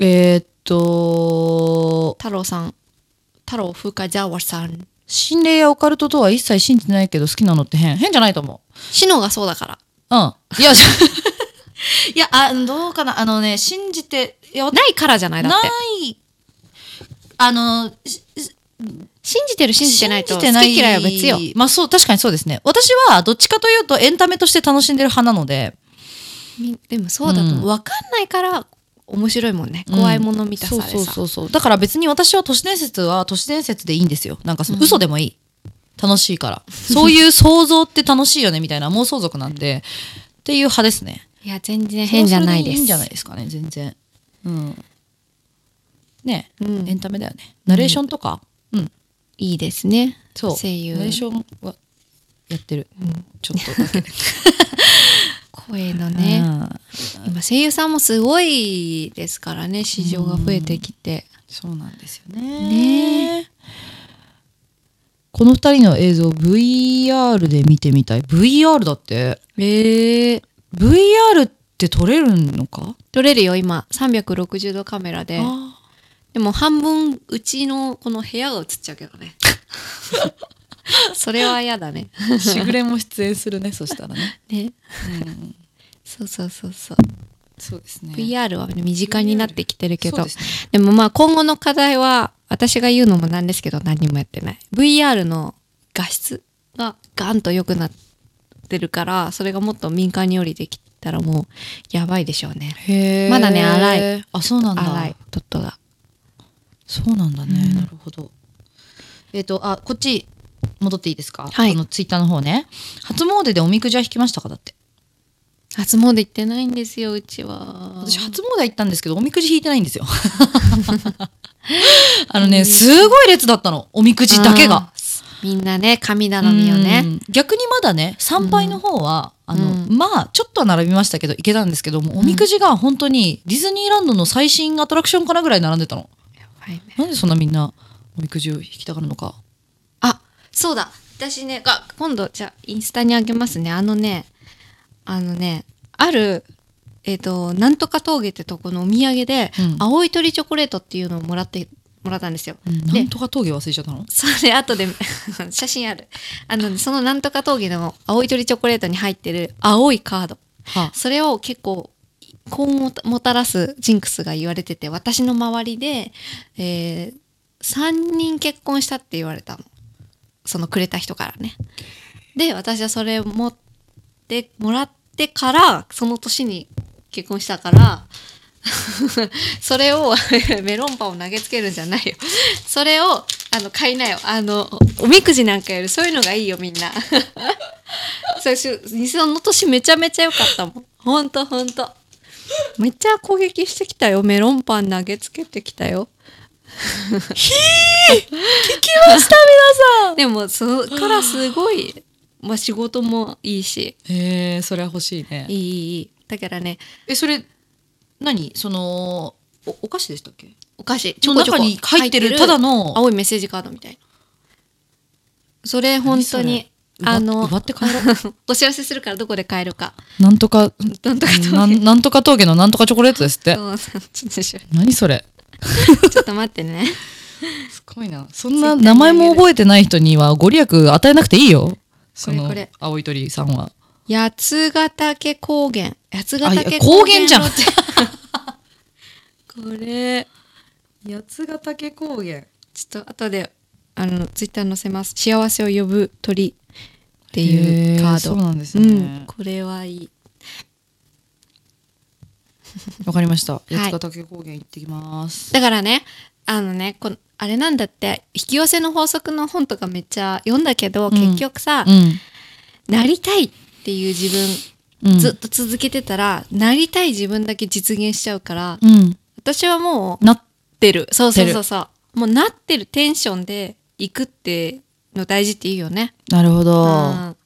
Speaker 4: えーっと
Speaker 3: 太郎さん太郎風花ジャワさん
Speaker 4: 心霊やオカルトとは一切信じてないけど好きなのって変変じゃないと思う。
Speaker 3: シノがそうだから
Speaker 4: うん。 いや、いやあどうかな。あのね、信じて、いや、
Speaker 3: ないからじゃないだって
Speaker 4: い、あの、し
Speaker 3: 信じてる信じてないと
Speaker 4: 信
Speaker 3: 好
Speaker 4: じてない
Speaker 3: き嫌いは別よ。
Speaker 4: まあそう、確かにそうですね。私はどっちかというとエンタメとして楽しんでる派なので、
Speaker 3: みでもそうだと
Speaker 4: うん
Speaker 3: 分かんないから面白いもんね怖いもの見たさでさ、
Speaker 4: そうそうそうそう。だから別に私は都市伝説は都市伝説でいいんですよ。なんかその嘘でもいい。楽しいから。そういう想像って楽しいよねみたいな妄想族なんで、っていう派ですね。
Speaker 3: いや全然変じゃないです
Speaker 4: それはそれでいいんじゃないですかね全然うんねえ、
Speaker 3: うん
Speaker 4: エンタメだよねナレーションとかうん、
Speaker 3: いいですね
Speaker 4: そう
Speaker 3: 声優
Speaker 4: ナレーションはやってる、ちょっとだけ
Speaker 3: 声の ね、
Speaker 4: うん
Speaker 3: 今声優さんもすごいですからね市場が増えてきて、
Speaker 4: そうなんですよね
Speaker 3: ね
Speaker 4: この二人の映像 VR で見てみたい VR だってえ VR って撮れるのか
Speaker 3: 撮れるよ今360度カメラで
Speaker 4: あ
Speaker 3: でも半分うちのこの部屋が映っちゃうけど ねそれは嫌だね
Speaker 4: ーしぐれも出演するねそしたらね、
Speaker 3: ねそうそうそうそう、
Speaker 4: そうですね
Speaker 3: VR はね身近になってきてるけど、
Speaker 4: そうで
Speaker 3: です
Speaker 4: ね
Speaker 3: もまあ今後の課題は私が言うのもなんですけど何にもやってない VR の画質がガンと良くなってるからそれがもっと民間に降りてきたらもうやばいでしょうね
Speaker 4: へー
Speaker 3: まだね荒い。
Speaker 4: あ、そうなんだ。
Speaker 3: 荒いドットが
Speaker 4: そうなんだね。
Speaker 3: うん
Speaker 4: なるほど。えっ、と、あ、こっち戻っていいですか。
Speaker 3: はい
Speaker 4: このツイッターの方ね。初詣でおみくじは引きましたかだって。
Speaker 3: 初詣行ってないんですようちは
Speaker 4: 私初詣行ったんですけど、おみくじ引いてないんで すよ。あのね、すごい列だったの。おみくじだけが。
Speaker 3: みんなね神頼みよ
Speaker 4: う
Speaker 3: ね
Speaker 4: ん。逆にまだね、参拝の方は、あの、
Speaker 3: うん
Speaker 4: まあ、ちょっとは並びましたけど、行けたんですけども、おみくじが本当にディズニーランドの最新アトラクションからぐらい並んでたの。
Speaker 3: やばいね
Speaker 4: なんでそんなみんなおみくじを引きたがるのか。
Speaker 3: あそうだ私ねが今度じゃあインスタにあげますねあのねあのねあるえっ、となんとか峠ってとこのお土産で、
Speaker 4: うん
Speaker 3: 青い鳥チョコレートっていうのをもらってもらったんですよ、
Speaker 4: な
Speaker 3: で
Speaker 4: んとか峠忘れちゃったの
Speaker 3: それ後で 写真あるあのそのなんとか峠の青い鳥チョコレートに入ってる青いカード
Speaker 4: は
Speaker 3: それを結構幸運をもたらすジンクスが言われてて私の周りで、えー3人結婚したって言われたのそのくれた人からねで私はそれ持ってもらってからその年に結婚したから それを メロンパンを投げつけるんじゃないよそれをあの買いなよあのおみくじなんかよりそういうのがいいよみんな最初その年めちゃめちゃ良かったもんほんとほんとめっちゃ攻撃してきたよメロンパン投げつけてきたよ でもそっからすごい、まあ、仕事もいいし
Speaker 4: へえそれは欲しいね
Speaker 3: いいいいいいだからね
Speaker 4: えそれ何そのおお菓子でしたっけ
Speaker 3: お菓子ち
Speaker 4: そ
Speaker 3: ょ
Speaker 4: の
Speaker 3: こちょこ
Speaker 4: 中に入ってるただの
Speaker 3: 青いメッセージカードみたいなそれ本当にあ
Speaker 4: 何それ
Speaker 3: の
Speaker 4: 奪って奪って
Speaker 3: お知らせするからどこで買えるか
Speaker 4: なんとか
Speaker 3: なんとかと
Speaker 4: なんなんとか峠のなんとかチョコレートですって
Speaker 3: そうちょっと一緒
Speaker 4: 何それ
Speaker 3: ちょっと待ってね
Speaker 4: すごいなそんな名前も覚えてない人にはご利益与えなくていいよその
Speaker 3: これ
Speaker 4: 青い鳥さんは
Speaker 3: 八ヶ岳高原八ヶ
Speaker 4: あい
Speaker 3: 岳
Speaker 4: や高原じゃん
Speaker 3: のって これ
Speaker 5: 八ヶ岳高原
Speaker 3: ちょっと後であのツイッター載せます「幸せを呼ぶ鳥」っていうカー
Speaker 4: そう
Speaker 3: ド
Speaker 4: なんです
Speaker 3: うん
Speaker 4: ね。
Speaker 3: これはいい
Speaker 4: わかりました。
Speaker 3: い
Speaker 4: 八ヶ岳高原行ってきます。
Speaker 3: だからねあのねこのあれなんだって引き寄せの法則の本とかめっちゃ読んだけど、
Speaker 4: ん
Speaker 3: 結局さ、なりたいっていう自
Speaker 4: う
Speaker 3: 分、
Speaker 4: ん
Speaker 3: ずっと続けてたらなりたい自分だけ実現しちゃうから、
Speaker 4: うん。うん。
Speaker 3: 私はもう
Speaker 4: なってる。
Speaker 3: そうそうそうそうもうなってるテンションで行くっての大事っていいよね。
Speaker 4: なるほど。な
Speaker 3: うん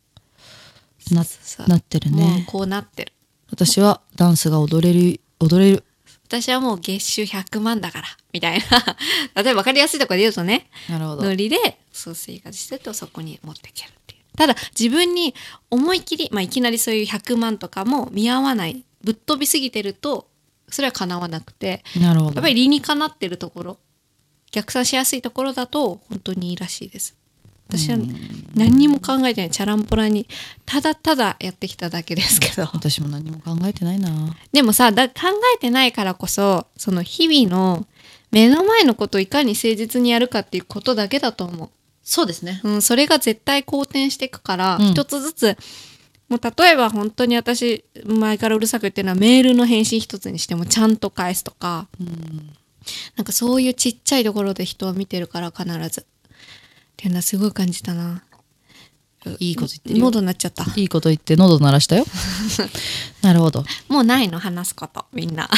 Speaker 3: そう
Speaker 4: なってる
Speaker 3: もう
Speaker 4: ね。
Speaker 3: こうなってる。
Speaker 4: 私はダンスが踊れる踊れる。
Speaker 3: 私はもう月収100万だからみたいな 例えば分かりやすいところで言うとね
Speaker 4: なるほ
Speaker 3: ノリでそう生活してるとそこに持っていけるっていうただ自分に思い切り、まあ、いきなりそういう100万とかも見合わないぶっ飛びすぎてるとそれは叶わなくて
Speaker 4: なるほど。
Speaker 3: やっぱり理にかなってるところ逆算しやすいところだと本当にいいらしいです私は何にも考えてないチャランポラにただただやってきただけですけど
Speaker 4: 私も何も考えてないな。
Speaker 3: でもさだ考えてないからこそその日々の目の前のことをいかに誠実にやるかっていうことだけだと思
Speaker 4: そうですね。
Speaker 3: う、うん、それが絶対好転していくから、
Speaker 4: うん
Speaker 3: 一つずつもう例えば本当に私前からうるさく言ってるのはメールの返信一つにしてもちゃんと返すとか
Speaker 4: うん。
Speaker 3: なんかそういうちっちゃいところで人は見てるから必ずっていうのはすごい感じたない
Speaker 4: いこと言ってるよ。
Speaker 3: 喉になっちゃった
Speaker 4: いいこと言って喉鳴 らしたよ。なるほど。
Speaker 3: もうないの話す ことみんな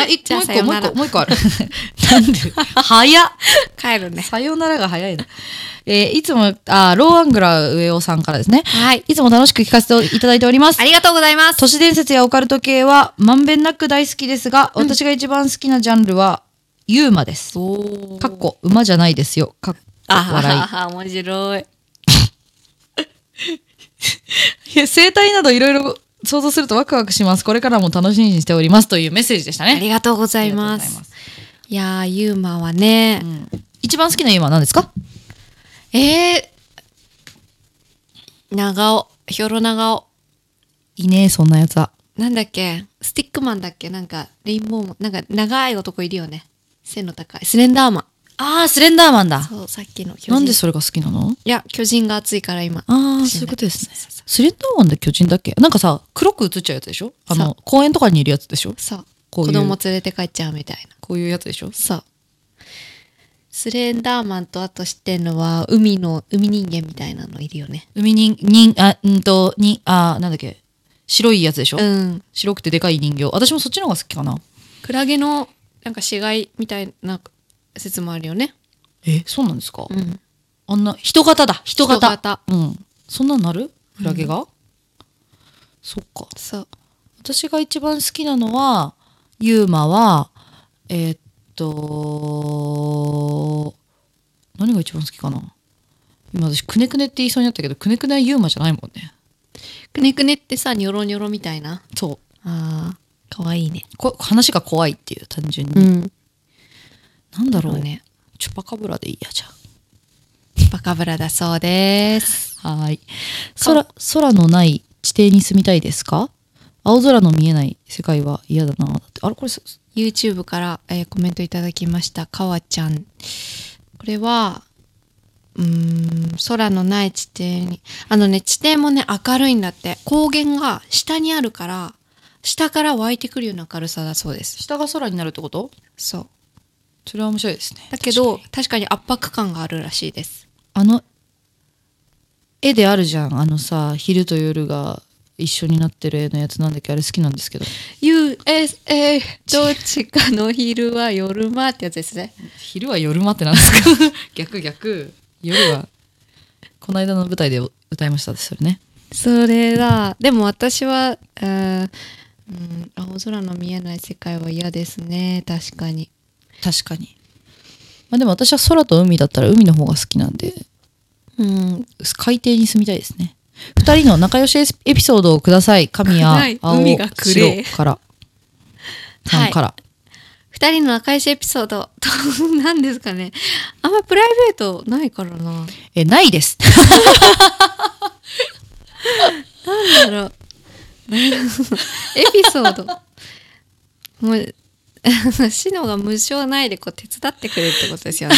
Speaker 4: あ、い
Speaker 3: じゃあ
Speaker 4: もう
Speaker 3: さ
Speaker 4: 一個、
Speaker 3: よ
Speaker 4: もう
Speaker 3: な
Speaker 4: 一
Speaker 3: ら
Speaker 4: 個、もう一個ある。 なんで早っ
Speaker 3: 帰るね
Speaker 4: さよならが早いな。えーいつも、あ、ローアングラー上尾さんからですね。
Speaker 3: はい
Speaker 4: いつも楽しく聞かせていただいております
Speaker 3: あ。りがとうございます
Speaker 4: 都市伝説やオカルト系はまんべんなく大好きですが、私が一番好きなジャンルはユーマです。かっこ馬じゃないですよ。かっこ笑
Speaker 3: ああ、面白い。
Speaker 4: い。いや生態などいろいろ想像するとワクワクします。これからも楽しみにしておりますというメッセージでした
Speaker 3: あ
Speaker 4: ね。
Speaker 3: りがとうございま
Speaker 4: ありがとうござい
Speaker 3: す。い
Speaker 4: ます
Speaker 3: やー、ユーマはね、
Speaker 4: 一番好きなユーマは何ですか？
Speaker 3: えー、長尾、ひょろ長尾、
Speaker 4: いねえそんなやつは。
Speaker 3: なんだっけ、スティックマンだっけ、なんか、レインボーマン、なんか長い男いるよね。背の高い。スレンダーマン。
Speaker 4: ああスレンダーマンだ。
Speaker 3: そう、さっきの巨人。
Speaker 4: なんでそれが好きなの？
Speaker 3: いや、巨人が熱いから今。
Speaker 4: ああ
Speaker 3: 知らない
Speaker 4: そういうことですね
Speaker 3: そうそ。
Speaker 4: スレンダーマンで巨人だっけ？なんかさ黒く映っちゃうやつでしょ？あの公園とかにいるやつでしょ？
Speaker 3: そう。
Speaker 4: こういう
Speaker 3: 子供連れて帰っちゃうみたいな。
Speaker 4: こういうやつでしょ？
Speaker 3: そう。スレンダーマンとあと知ってんのは、海の、海人間みたいなのいるよね。
Speaker 4: 海人人あうんとにあなんだっけ白いやつでしょ？
Speaker 3: うん。
Speaker 4: 白くてでかい人形私もそっちの方が好きかな
Speaker 3: クラゲのなんか死骸みたいな説もあるよね。
Speaker 4: えそうなんですか、
Speaker 3: ん。
Speaker 4: あんな人型だ人型
Speaker 3: 人型
Speaker 4: うんそんなんなるクラゲが、そっか
Speaker 3: そう。
Speaker 4: 私が一番好きなのはユーマはえーっと何が一番好きかな今私くねくねって言いそうになったけどくねくねはユーマじゃないもんね
Speaker 3: くねくねってさ、ニョロニョロみたいな。
Speaker 4: そ
Speaker 3: ああ、かわいいね。
Speaker 4: うこ話が怖いっていう単純に、
Speaker 3: ん。
Speaker 4: なんだろう
Speaker 3: そう
Speaker 4: ね
Speaker 3: ね
Speaker 4: チュパカブラでいいやじゃあ
Speaker 3: バカブラだそうです。
Speaker 4: はーい。空、空のない地底に住みたいですか青空の見えない世界は嫌だな。だってあれこれす、
Speaker 3: YouTube から、えーコメントいただきました。かわちゃん。これは、うーん、空のない地底に。あのね、地底もね、明るいんだって。光源が下にあるから、下から湧いてくるような明るさだそうです。
Speaker 4: 下が空になるってこと
Speaker 3: そう。
Speaker 4: それは面白いですね。
Speaker 3: だけど、確かに圧迫感があるらしいです。
Speaker 4: あの、絵であるじゃん。あのさ、昼と夜が一緒になってる絵のやつなんだっけあれ好きなんですけど。
Speaker 3: USA どっちかの昼は夜間ってやつですね。
Speaker 4: 昼は夜間ってなんですか 逆逆。夜は。この間の舞台で歌いましたそれね。
Speaker 3: それだ。でも私は、うーん、うん青空の見えない世界は嫌ですね。確かに。
Speaker 4: 確かに。まあでも私は空と海だったら海の方が好きなんで、
Speaker 3: うん。
Speaker 4: 海底に住みたいですね。二人の仲良しエピソードをください。神
Speaker 3: は
Speaker 4: 谷
Speaker 3: い
Speaker 4: 青
Speaker 3: 海がくれ
Speaker 4: 白から。さんから。
Speaker 3: 二人の仲良しエピソードと、何ですかね。あんまプライベートないからな。
Speaker 4: え、ないです。
Speaker 3: なんだろう。エピソード。もう、シノが無償ないでこう手伝ってくれるってことですよね。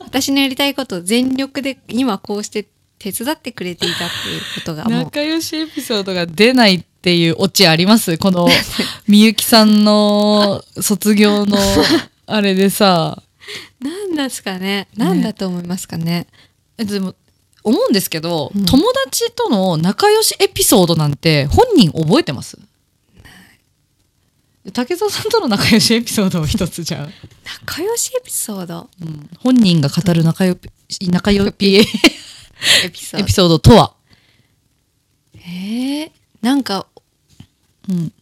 Speaker 3: 私のやりたいことを全力で今こうして手伝ってくれていたっていうことがもう
Speaker 4: 仲良しエピソードが出ないっていうオチありますこ のみゆきさん の卒業のあれでさ
Speaker 3: 何なんですかね何だと思いますかね。
Speaker 4: えでも思うんですけど、
Speaker 3: うん
Speaker 4: 友達との仲良しエピソードなんて本人覚えてます竹澤さんとの仲良しエピソードを一つじゃ ん、
Speaker 3: 仲良しエピソード
Speaker 4: うん本人が語る仲良し仲良ぴエ
Speaker 3: エピソード
Speaker 4: ピ。ソードとは、
Speaker 3: えー、なんか、
Speaker 4: うん、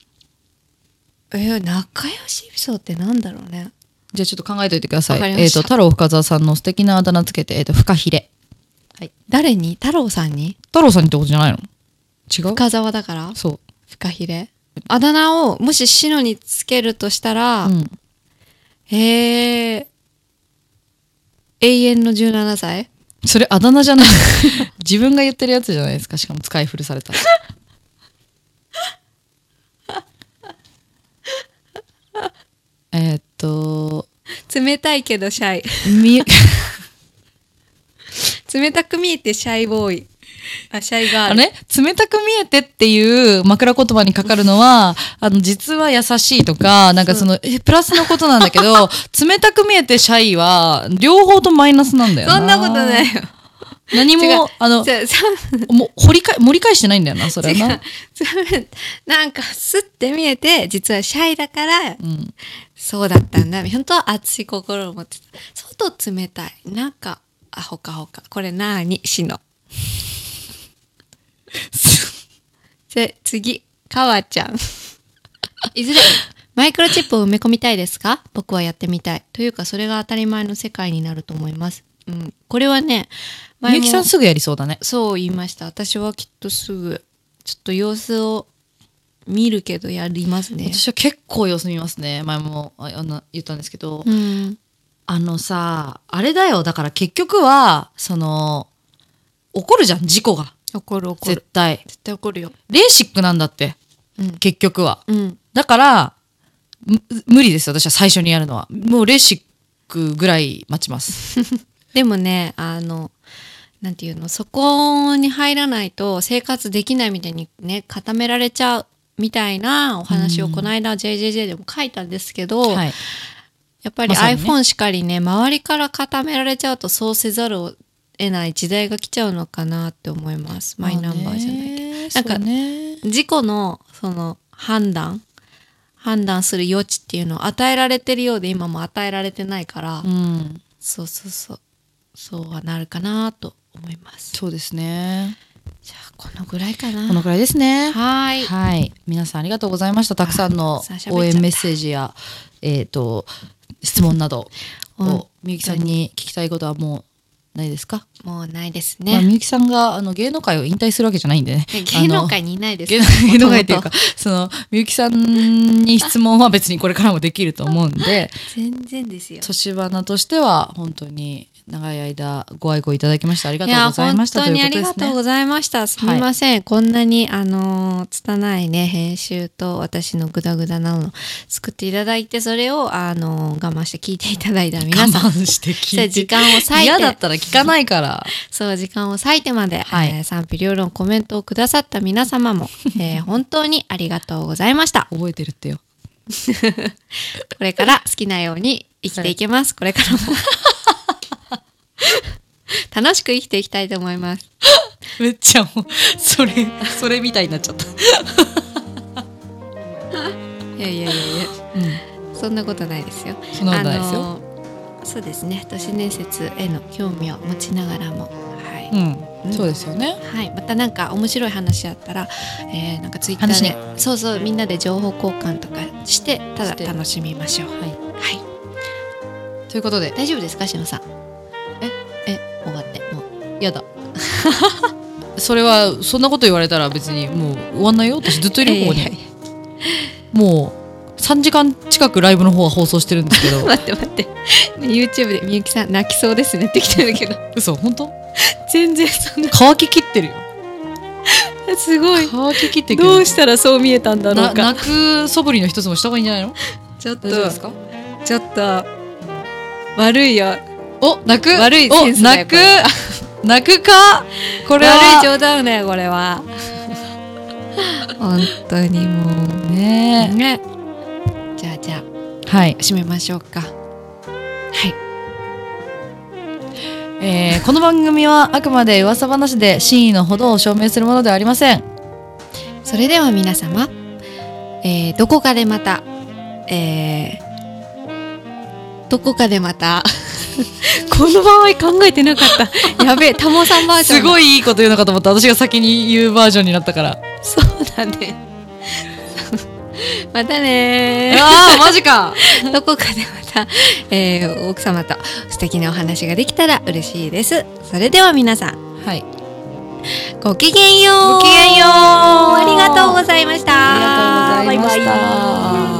Speaker 3: えー、仲良しエピソードってなんだろうね。
Speaker 4: じゃあちょっと考えておいてください
Speaker 3: わかりま
Speaker 4: えっ、
Speaker 3: した
Speaker 4: と太郎深澤さんの素敵なあだ名つけて、えっとフカヒレ
Speaker 3: 誰に太郎さんに
Speaker 4: 太郎さんにってことじゃないの違う
Speaker 3: 深沢だから
Speaker 4: そ
Speaker 3: フカヒレあだ名をもしシノにつけるとしたら、
Speaker 4: う、うん、
Speaker 3: へえ永遠の17歳
Speaker 4: それあだ名じゃない 自分が言ってるやつじゃないですかしかも使い古された えーっと
Speaker 3: 冷たいけどシャイ
Speaker 4: み
Speaker 3: 冷たく見えてシャイボーイあシャイガ
Speaker 4: あ
Speaker 3: ー
Speaker 4: の
Speaker 3: ル
Speaker 4: ね「冷たく見えて」っていう枕言葉にかかるのはあの実は優しいとかなんかそのえプラスのことなんだけ ど「冷たく見えてシャイ」は両方とマイナスなんだよな
Speaker 3: そんなことないよ
Speaker 4: 何
Speaker 3: 違う
Speaker 4: もあの
Speaker 3: じゃあさ
Speaker 4: もう掘りか盛り返してないんだよなそれは
Speaker 3: 違
Speaker 4: な
Speaker 3: う、 そうなんかすって見えて実はシャイだから
Speaker 4: うん、
Speaker 3: そうだったんだ本当は熱い心を持ってた外冷たい中あほかほかこれなーにしの で次かわちゃんいずれ マイクロチップを埋め込みたいですか僕はやってみたいというかそれが当たり前の世界になると思いますうんこれはね前
Speaker 4: み
Speaker 3: も
Speaker 4: ゆきさんすぐやりそうだね
Speaker 3: そう言いました私はきっとすぐちょっと様子を見るけどやりますね
Speaker 4: 私は結構様子見ますね前もああの言ったんですけど、
Speaker 3: うん
Speaker 4: あのさあれだよだから結局はその怒るじゃん事故が
Speaker 3: 怒る怒る
Speaker 4: 絶対
Speaker 3: 絶対怒るよ
Speaker 4: レーシックなんだって、
Speaker 3: うん
Speaker 4: 結局は
Speaker 3: うん
Speaker 4: だからむ無理です私は最初にやるのはもうレーシックぐらい待ちます
Speaker 3: でもねあのなんていうのそこに入らないと生活できないみたいにね固められちゃうみたいなお話をこの間 JJJ でも書いたんですけど、
Speaker 4: はい
Speaker 3: やっぱり
Speaker 4: まさにね
Speaker 3: iPhone しかりね周りから固められちゃうとそうせざるを得ない時代が来ちゃうのかなって思いますマイナンバーじゃないけど
Speaker 4: な
Speaker 3: なんん
Speaker 4: か
Speaker 3: か
Speaker 4: ね
Speaker 3: 事故のその判断判断する余地っていうのを与えられてるようで今も与えられてないから、
Speaker 4: うん
Speaker 3: そうそうそうそうはなるかなと思います
Speaker 4: そうですね
Speaker 3: じゃあこのぐらいかな
Speaker 4: このくらいですね
Speaker 3: はーい
Speaker 4: はい、皆さんありがとうございました。たくさんの
Speaker 3: あさあ喋っちゃった
Speaker 4: 応援メッセージや、えっ、と、質問など
Speaker 3: うん
Speaker 4: を、みゆきさんに聞きたいことはもうないですか、
Speaker 3: もうないです
Speaker 4: まあ、
Speaker 3: ね、
Speaker 4: みゆきさんがあの芸能界を引退するわけじゃないん でね。
Speaker 3: 芸能界にいないです
Speaker 4: 芸能芸能界っていうか、その、みゆきさんに質問は別にこれからもできると思うん で、
Speaker 3: 全然ですよ
Speaker 4: 年花としては本当に長い間ご愛顧いただきました。ありが
Speaker 3: い
Speaker 4: とう
Speaker 3: や
Speaker 4: ございました。
Speaker 3: 本当にあ
Speaker 4: とい
Speaker 3: り
Speaker 4: うこ
Speaker 3: が
Speaker 4: と
Speaker 3: と
Speaker 4: です
Speaker 3: う
Speaker 4: ね。
Speaker 3: ございました。すみません、こんなにあのー拙いね編集と私のグダグダなのを作っていただいてそれをあのー我慢して聞いていただいた皆さん、
Speaker 4: 我慢して聞
Speaker 3: そ
Speaker 4: いうて。
Speaker 3: 時間を割いて
Speaker 4: 嫌だったら聞かないから。
Speaker 3: そう時間を割いてまで、
Speaker 4: はい
Speaker 3: えー賛否両論コメントをくださった皆様 も、えー本当にありがとうございました。
Speaker 4: 覚えてるってよ。
Speaker 3: これから好きなように生きていけます。これからも 楽しく生きていきたいと思います。
Speaker 4: めっちゃもうそれそれみたいになっちゃった、
Speaker 3: いやいやいやいや。
Speaker 4: うん、
Speaker 3: そんなことないですよ。
Speaker 4: そんなことないですよ
Speaker 3: あのそうですね。都市伝説への興味を持ちながらも、はい、
Speaker 4: うん、そうですよね
Speaker 3: はい、またなんか面白い話あったら、えー、なんかツイッターで、
Speaker 4: 話ね
Speaker 3: そうそうみんなで情報交換とかしてた
Speaker 4: して
Speaker 3: だ楽しみましょう。はい、
Speaker 4: ということで
Speaker 3: 大丈夫ですか、しのさん。え、え、終わってもう。
Speaker 4: やだ それはそんなこと言われたら別にもう終わんないよ私ずっといるよここ
Speaker 3: いやい
Speaker 4: にもう3時間近くライブの方は放送してるんですけ
Speaker 3: や
Speaker 4: ど
Speaker 3: 待って待 って、ね YouTube でみゆきさん泣きそうですねって来てるけど、
Speaker 4: 嘘本当
Speaker 3: 全然そんな
Speaker 4: 乾ききってるよ
Speaker 3: すごい。
Speaker 4: 乾ききってるけ
Speaker 3: どうしたらそう見えたんだろ
Speaker 4: な
Speaker 3: うか。
Speaker 4: 泣く素振りの一つもした方がいいんじゃないの
Speaker 6: ちょっと
Speaker 3: 大丈夫ですか
Speaker 6: ちょっと悪いよ
Speaker 3: お泣く
Speaker 6: 悪いセンスだよ
Speaker 3: お泣
Speaker 6: これ
Speaker 3: く泣くかこれ
Speaker 6: 悪い
Speaker 3: は
Speaker 6: 冗談だよこれ は
Speaker 3: 本当にもう
Speaker 4: ね
Speaker 3: ねじゃあじゃあ
Speaker 4: はい、
Speaker 3: 締めましょうかはい
Speaker 4: えーこの番組はあくまで噂話で真意のほどを証明するものではありません
Speaker 3: それでは皆様、えーどこかでまた、えーどこかでまた、この場合考えてなか った。 やべえ、タモさんバージョン。
Speaker 4: すごいいいこと言うのかと思った私が先に言うバージョンになったから
Speaker 3: そうだ ね。またね
Speaker 4: ああマジ か
Speaker 3: ー。 どこかでまた、えー奥様と素敵なお話ができたら嬉しいです。それでは皆さん、
Speaker 4: はい
Speaker 3: ごきげんよう。
Speaker 4: ごきげんよう
Speaker 3: ありがとうございました。
Speaker 4: ありがとうございました
Speaker 3: バイバイ